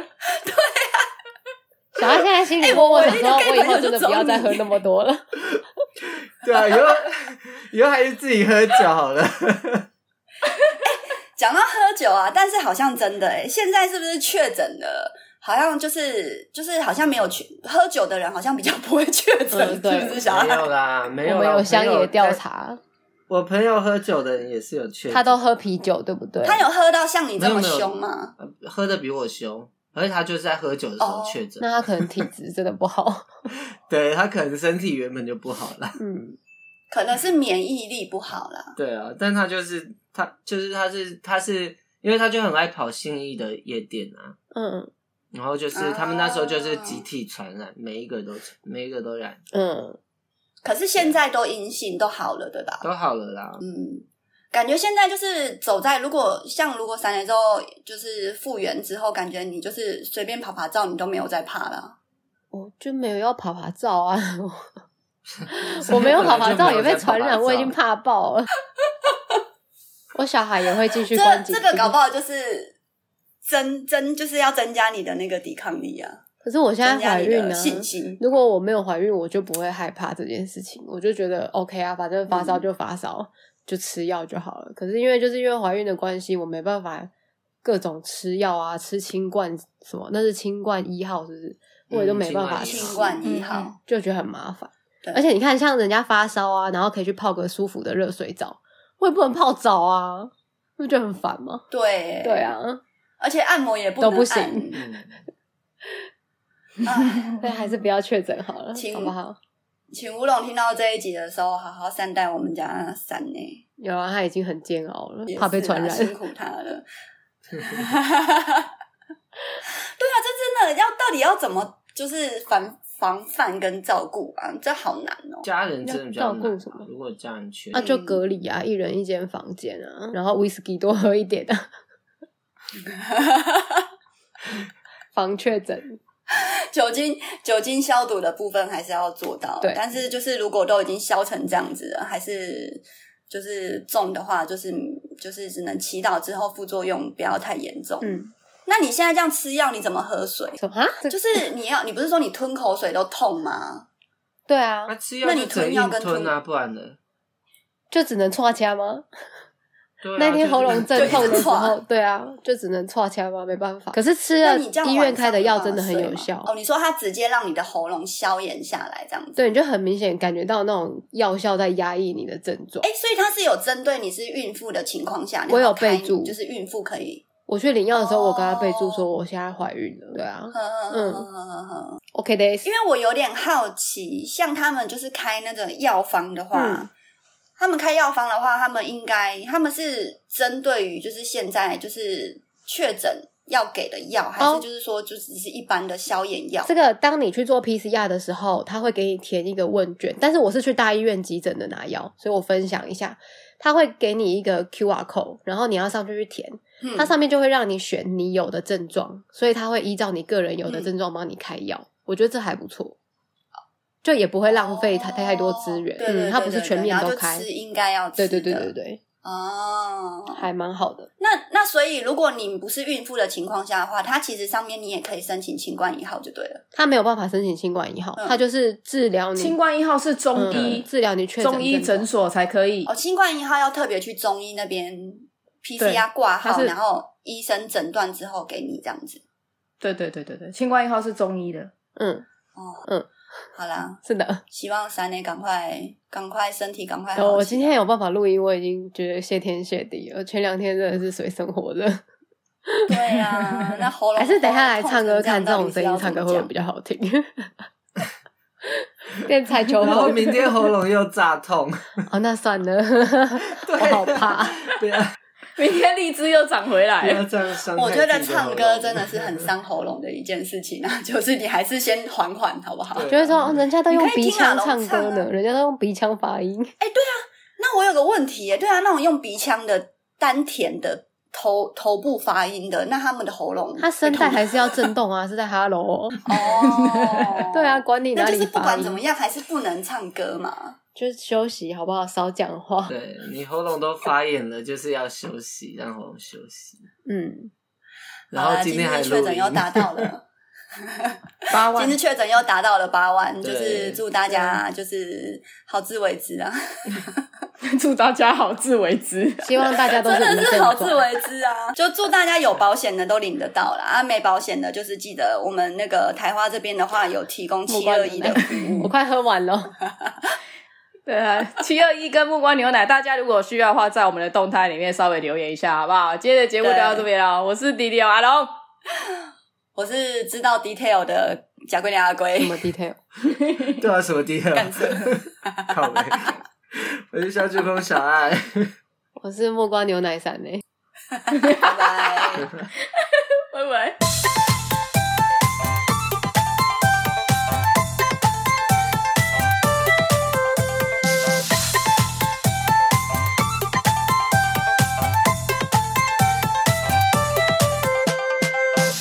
[SPEAKER 4] 小爱现在心里
[SPEAKER 2] 哎
[SPEAKER 4] 默
[SPEAKER 2] 我
[SPEAKER 4] 默想
[SPEAKER 2] 我一直
[SPEAKER 4] 说，
[SPEAKER 2] 跟
[SPEAKER 4] 我以
[SPEAKER 2] 朋友
[SPEAKER 4] 后
[SPEAKER 2] 就
[SPEAKER 4] 真的
[SPEAKER 2] 走
[SPEAKER 4] 不要再
[SPEAKER 2] 你
[SPEAKER 4] 喝那么多了。
[SPEAKER 3] 对啊，以后以后还是自己喝酒好了。
[SPEAKER 2] 讲到喝酒啊，但是好像真的哎、现在是不是确诊了？好像就是就是好像没有确喝酒的人，好像比较不会确诊，
[SPEAKER 4] 嗯对
[SPEAKER 2] 是不是小
[SPEAKER 3] 没
[SPEAKER 2] 孩？
[SPEAKER 3] 有啦，没有
[SPEAKER 4] 我
[SPEAKER 3] 啦。
[SPEAKER 4] 们
[SPEAKER 3] 我
[SPEAKER 4] 有乡
[SPEAKER 3] 朋友
[SPEAKER 4] 野调
[SPEAKER 3] 在，
[SPEAKER 4] 查，
[SPEAKER 3] 我朋友喝酒的人也是有确诊，
[SPEAKER 4] 他都喝啤酒，对不对？
[SPEAKER 2] 他有喝到像你这么
[SPEAKER 3] 没有没有
[SPEAKER 2] 凶吗？
[SPEAKER 3] 呃喝的比我凶，而且他就是在喝酒的时候确诊。
[SPEAKER 4] 哦那他可能体质真的不好。
[SPEAKER 3] 对他可能身体原本就不好
[SPEAKER 4] (laughs)
[SPEAKER 3] 了，
[SPEAKER 4] 嗯，
[SPEAKER 2] 可能是免疫力不好啦。
[SPEAKER 3] 对啊，但他就是他就是他是他是，因为他就很爱跑信义的夜店啊，
[SPEAKER 4] 嗯
[SPEAKER 3] 然后就是
[SPEAKER 2] 啊
[SPEAKER 3] 他们那时候就是集
[SPEAKER 4] 哦
[SPEAKER 3] 体传染，每一个都每一个都染，
[SPEAKER 4] 嗯，
[SPEAKER 2] 可是现在都阴性都好了，对吧？
[SPEAKER 3] 都好了啦。
[SPEAKER 2] 嗯，感觉现在就是走在，如果像如果三年之后就是复原之后，感觉你就是随便爬爬照，你都没有在怕了。
[SPEAKER 4] 我就没有要爬爬照啊，我没有爬爬照也被传染，我已经怕爆了。 (laughs) 我小孩也会继续
[SPEAKER 2] 这
[SPEAKER 4] 关紧
[SPEAKER 2] 这
[SPEAKER 4] 闭，
[SPEAKER 2] 个搞不好就是增增，就是要增加你的那个抵抗力啊，
[SPEAKER 4] 可是我现在
[SPEAKER 2] 增加
[SPEAKER 4] 怀
[SPEAKER 2] 你
[SPEAKER 4] 孕啊
[SPEAKER 2] 的
[SPEAKER 4] 呢、
[SPEAKER 2] 信心。
[SPEAKER 4] 如果我没有怀孕，我就不会害怕这件事情，我就觉得 OK 啊，反正发
[SPEAKER 2] 嗯
[SPEAKER 4] 烧就发烧，就吃药就好了。可是因为就是因为怀孕的关系，我没办法各种吃药啊，吃清冠什么，那是清冠一号是不是？我也都
[SPEAKER 3] 嗯
[SPEAKER 4] 没办法
[SPEAKER 3] 清
[SPEAKER 2] 新
[SPEAKER 4] 吃，
[SPEAKER 2] 冠
[SPEAKER 1] 嗯
[SPEAKER 2] 一
[SPEAKER 1] 嗯
[SPEAKER 2] 号，
[SPEAKER 4] 就觉得很麻烦
[SPEAKER 2] 对。
[SPEAKER 4] 而且你看，像人家发烧啊，然后可以去泡个舒服的热水澡，我也不能泡澡啊，不觉得很烦吗？
[SPEAKER 2] 对
[SPEAKER 4] 对，啊，
[SPEAKER 2] 而且按摩也不
[SPEAKER 4] 都
[SPEAKER 2] 能
[SPEAKER 4] 不行
[SPEAKER 2] 按
[SPEAKER 3] 嗯，
[SPEAKER 4] (laughs)
[SPEAKER 2] 啊
[SPEAKER 4] 所以哎还是不要确诊好了，
[SPEAKER 2] 请
[SPEAKER 4] 好不好？
[SPEAKER 2] 请吴龙听到这一集的时候，好好善待我们家三呢，
[SPEAKER 4] 有啊，他已经很煎熬了
[SPEAKER 2] 也，
[SPEAKER 4] 怕被
[SPEAKER 2] 是啊
[SPEAKER 4] 传染。
[SPEAKER 2] 辛苦他了。对啊，这真的要到底要怎么就是防防范跟照顾啊？这好难哦。
[SPEAKER 3] 家人真的比较
[SPEAKER 4] 要照顾
[SPEAKER 3] 难
[SPEAKER 4] 什么
[SPEAKER 3] 啊。如果家人缺，
[SPEAKER 4] 那就隔离啊，一人一间房间啊，然后 whisky 多喝一点 (laughs) 啊，防确诊。
[SPEAKER 2] (laughs) 酒精酒精消毒的部分还是要做到，
[SPEAKER 4] 对
[SPEAKER 2] 但是就是如果都已经消成这样子了，还是就是重的话，就是就是只能祈祷之后副作用不要太严重。
[SPEAKER 4] 嗯，
[SPEAKER 2] 那你现在这样吃药，你怎么喝水？
[SPEAKER 4] 什么啊？这
[SPEAKER 2] 就是你要，你不是说你吞口水都痛吗？
[SPEAKER 4] 对啊
[SPEAKER 3] 那，吃药
[SPEAKER 2] 那你
[SPEAKER 3] 就只能
[SPEAKER 2] 吞药
[SPEAKER 3] 硬
[SPEAKER 2] 跟
[SPEAKER 3] 吞啊，
[SPEAKER 2] 吞
[SPEAKER 3] 不然的。
[SPEAKER 4] 就只能戳掐吗？
[SPEAKER 3] 对啊
[SPEAKER 4] 那
[SPEAKER 3] 就
[SPEAKER 4] 天
[SPEAKER 3] 是
[SPEAKER 4] 喉
[SPEAKER 3] (laughs)
[SPEAKER 4] 咙
[SPEAKER 2] 就
[SPEAKER 4] 阵
[SPEAKER 2] 一直
[SPEAKER 4] 痛的时
[SPEAKER 2] 戳
[SPEAKER 4] 候，对啊，就只能戳掐吗？没办法。可是吃
[SPEAKER 2] 那
[SPEAKER 4] 了
[SPEAKER 2] 你这样
[SPEAKER 4] 医
[SPEAKER 2] 晚
[SPEAKER 4] 院
[SPEAKER 2] 上
[SPEAKER 4] 开的药
[SPEAKER 2] 有办
[SPEAKER 4] 真
[SPEAKER 2] 法
[SPEAKER 4] 的很
[SPEAKER 2] 睡
[SPEAKER 4] 有
[SPEAKER 2] 吗
[SPEAKER 4] 效，
[SPEAKER 2] 哦。你说它直接让你的喉咙消炎下来这样子，
[SPEAKER 4] 对，你就很明显感觉到那种药效在压抑你的症状
[SPEAKER 2] 哎、。所以它是有针对你是孕妇的情况下，你
[SPEAKER 4] 我有
[SPEAKER 2] 要开
[SPEAKER 4] 备注
[SPEAKER 2] 就是孕妇可以，
[SPEAKER 4] 我去领药的时候，我跟他备注
[SPEAKER 2] 哦
[SPEAKER 4] 说我现在怀孕了，对啊嗯
[SPEAKER 2] 呵呵呵呵呵呵。
[SPEAKER 4] ，OK 的，
[SPEAKER 2] 因为我有点好奇，像他们就是开那种药方的话，
[SPEAKER 4] 嗯
[SPEAKER 2] 他们开药方的话，他们应该他们是针对于就是现在就是确诊要给的药，还是就是说就只是一般的消炎药？
[SPEAKER 4] 哦这个当你去做 PCR 的时候，他会给你填一个问卷，但是我是去大医院急诊的拿药，所以我分享一下，他会给你一个 QR code，然后你要上去去填，
[SPEAKER 2] 嗯
[SPEAKER 4] 它上面就会让你选你有的症状，所以他会依照你个人
[SPEAKER 2] 嗯
[SPEAKER 4] 有的症状帮你开药，我觉得这还不错，就也不会浪费太太多资源，
[SPEAKER 2] 哦对对对
[SPEAKER 4] 嗯，它不是全面都
[SPEAKER 2] 然
[SPEAKER 4] 开
[SPEAKER 2] 后就，吃应该要吃的，
[SPEAKER 4] 对对对对对，
[SPEAKER 2] 哦。
[SPEAKER 4] 还蛮好的，
[SPEAKER 2] 那那所以，如果你不是孕妇的情况下的话，它其实上面你也可以申请清冠一号就对了。
[SPEAKER 4] 他没有办法申请新冠一号，
[SPEAKER 2] 嗯
[SPEAKER 4] 他就是治疗你
[SPEAKER 1] (laughs) 清冠一号是中
[SPEAKER 4] 嗯
[SPEAKER 1] 医，
[SPEAKER 4] 治疗你确诊
[SPEAKER 1] 中医诊所才可以
[SPEAKER 2] 哦，。新冠一号要特别去中医那边 PCR 挂
[SPEAKER 1] 它
[SPEAKER 2] 号，
[SPEAKER 1] 是
[SPEAKER 2] 然后医生诊断之后给你这样子。
[SPEAKER 1] 对对对对对，清冠一号是中医的。
[SPEAKER 4] 嗯，
[SPEAKER 2] 哦，
[SPEAKER 4] 嗯，
[SPEAKER 2] 好啦，
[SPEAKER 4] 是的。
[SPEAKER 2] 希望三内赶快赶快身体赶快好起
[SPEAKER 4] 有，
[SPEAKER 2] 来。
[SPEAKER 4] 哦我今天有办法录音，我已经觉得谢天谢地了。前两天真的是水深火热，
[SPEAKER 2] 对呀，那喉咙
[SPEAKER 4] 还是等一下来唱歌
[SPEAKER 2] 哦痛成
[SPEAKER 4] 看这种
[SPEAKER 2] 这
[SPEAKER 4] 声
[SPEAKER 2] 样
[SPEAKER 4] 音唱歌会
[SPEAKER 2] 到
[SPEAKER 4] 不
[SPEAKER 2] 底是要
[SPEAKER 4] 会比较好听？ (laughs) 变
[SPEAKER 2] (laughs)
[SPEAKER 4] 彩球
[SPEAKER 3] 然后
[SPEAKER 4] 风
[SPEAKER 3] 明天喉咙又炸痛，
[SPEAKER 4] 哦，那算
[SPEAKER 2] (laughs)
[SPEAKER 4] 了， (laughs) 我好怕。
[SPEAKER 3] 不
[SPEAKER 4] (laughs)
[SPEAKER 3] 要
[SPEAKER 1] 明天荔枝又长回
[SPEAKER 3] 不
[SPEAKER 1] 来
[SPEAKER 3] 要
[SPEAKER 1] 了，
[SPEAKER 3] 这样伤
[SPEAKER 2] 怎么讲？
[SPEAKER 3] 害
[SPEAKER 2] 我觉得
[SPEAKER 3] 自己的喉
[SPEAKER 2] 唱
[SPEAKER 3] 咙
[SPEAKER 2] 歌真的是很伤喉咙的一件事情啊， (laughs) 就是你还是先缓缓好不好？
[SPEAKER 3] 对
[SPEAKER 4] 就会说，哦人家都用
[SPEAKER 2] 你可以
[SPEAKER 4] 鼻
[SPEAKER 2] 听啊
[SPEAKER 4] 腔唱歌
[SPEAKER 2] 老唱
[SPEAKER 4] 呢，人家都用鼻腔发
[SPEAKER 2] (laughs)
[SPEAKER 4] 音。
[SPEAKER 2] 那我有个问题耶，对啊，那种用鼻腔的丹田的头头部发音的，那他们的喉咙
[SPEAKER 4] 他声带
[SPEAKER 2] 会
[SPEAKER 4] 还是要震动啊，是在
[SPEAKER 2] (laughs)
[SPEAKER 4] Hello 哦。，
[SPEAKER 2] 痛哦
[SPEAKER 4] (laughs) 对啊，，管你哪
[SPEAKER 2] 那就
[SPEAKER 4] 里
[SPEAKER 2] 是不
[SPEAKER 4] 发
[SPEAKER 2] 管怎么
[SPEAKER 4] 音，
[SPEAKER 2] 样还是不能唱歌嘛。
[SPEAKER 4] 就是休息好不好？少讲话。
[SPEAKER 3] (laughs) 对你喉咙都发炎了，就是要休息，让喉咙休息。
[SPEAKER 4] 嗯，
[SPEAKER 3] 然
[SPEAKER 2] 好啦啊
[SPEAKER 3] 后
[SPEAKER 2] 今
[SPEAKER 3] 天还录
[SPEAKER 2] 确诊
[SPEAKER 3] 音，
[SPEAKER 2] 又
[SPEAKER 3] (laughs)
[SPEAKER 2] 达到
[SPEAKER 4] (laughs)
[SPEAKER 2] 了，
[SPEAKER 1] 八万
[SPEAKER 2] 今。日确诊又达到了八万，就
[SPEAKER 3] 对
[SPEAKER 2] 是祝大
[SPEAKER 4] 啊
[SPEAKER 2] 家就是好自为之啊，
[SPEAKER 1] 祝大家好自为之。
[SPEAKER 4] 希望大 (laughs) 家都
[SPEAKER 2] 真
[SPEAKER 4] 是无
[SPEAKER 2] 的
[SPEAKER 4] 症
[SPEAKER 2] 是好自
[SPEAKER 4] 状。
[SPEAKER 2] 为之啊！就祝大家有保险的都领得到啦，啊，没保险的就是记得我们那个台花这边的话有提供
[SPEAKER 4] 木
[SPEAKER 2] 七
[SPEAKER 4] 瓜
[SPEAKER 2] 二
[SPEAKER 4] 牛
[SPEAKER 2] 一
[SPEAKER 4] 奶
[SPEAKER 2] 的服务，
[SPEAKER 4] 我快喝
[SPEAKER 2] (laughs)
[SPEAKER 4] 完了。
[SPEAKER 1] 对啊，七二一跟木瓜牛奶，大家如果需要的话，在我们的动态里面稍微留言一下，好不好？今天的节目就到这边了，我是迪迪阿龙，
[SPEAKER 2] 我是知道 detail 的贾桂林阿
[SPEAKER 4] 什
[SPEAKER 2] 龟，
[SPEAKER 4] 么 detail？
[SPEAKER 3] 对啊，什么第二
[SPEAKER 2] 干？涉。(laughs)
[SPEAKER 3] 靠背，我是小主公小爱，
[SPEAKER 4] 欸我是木瓜牛奶散呢、 (laughs)
[SPEAKER 2] 拜拜。
[SPEAKER 1] 拜拜。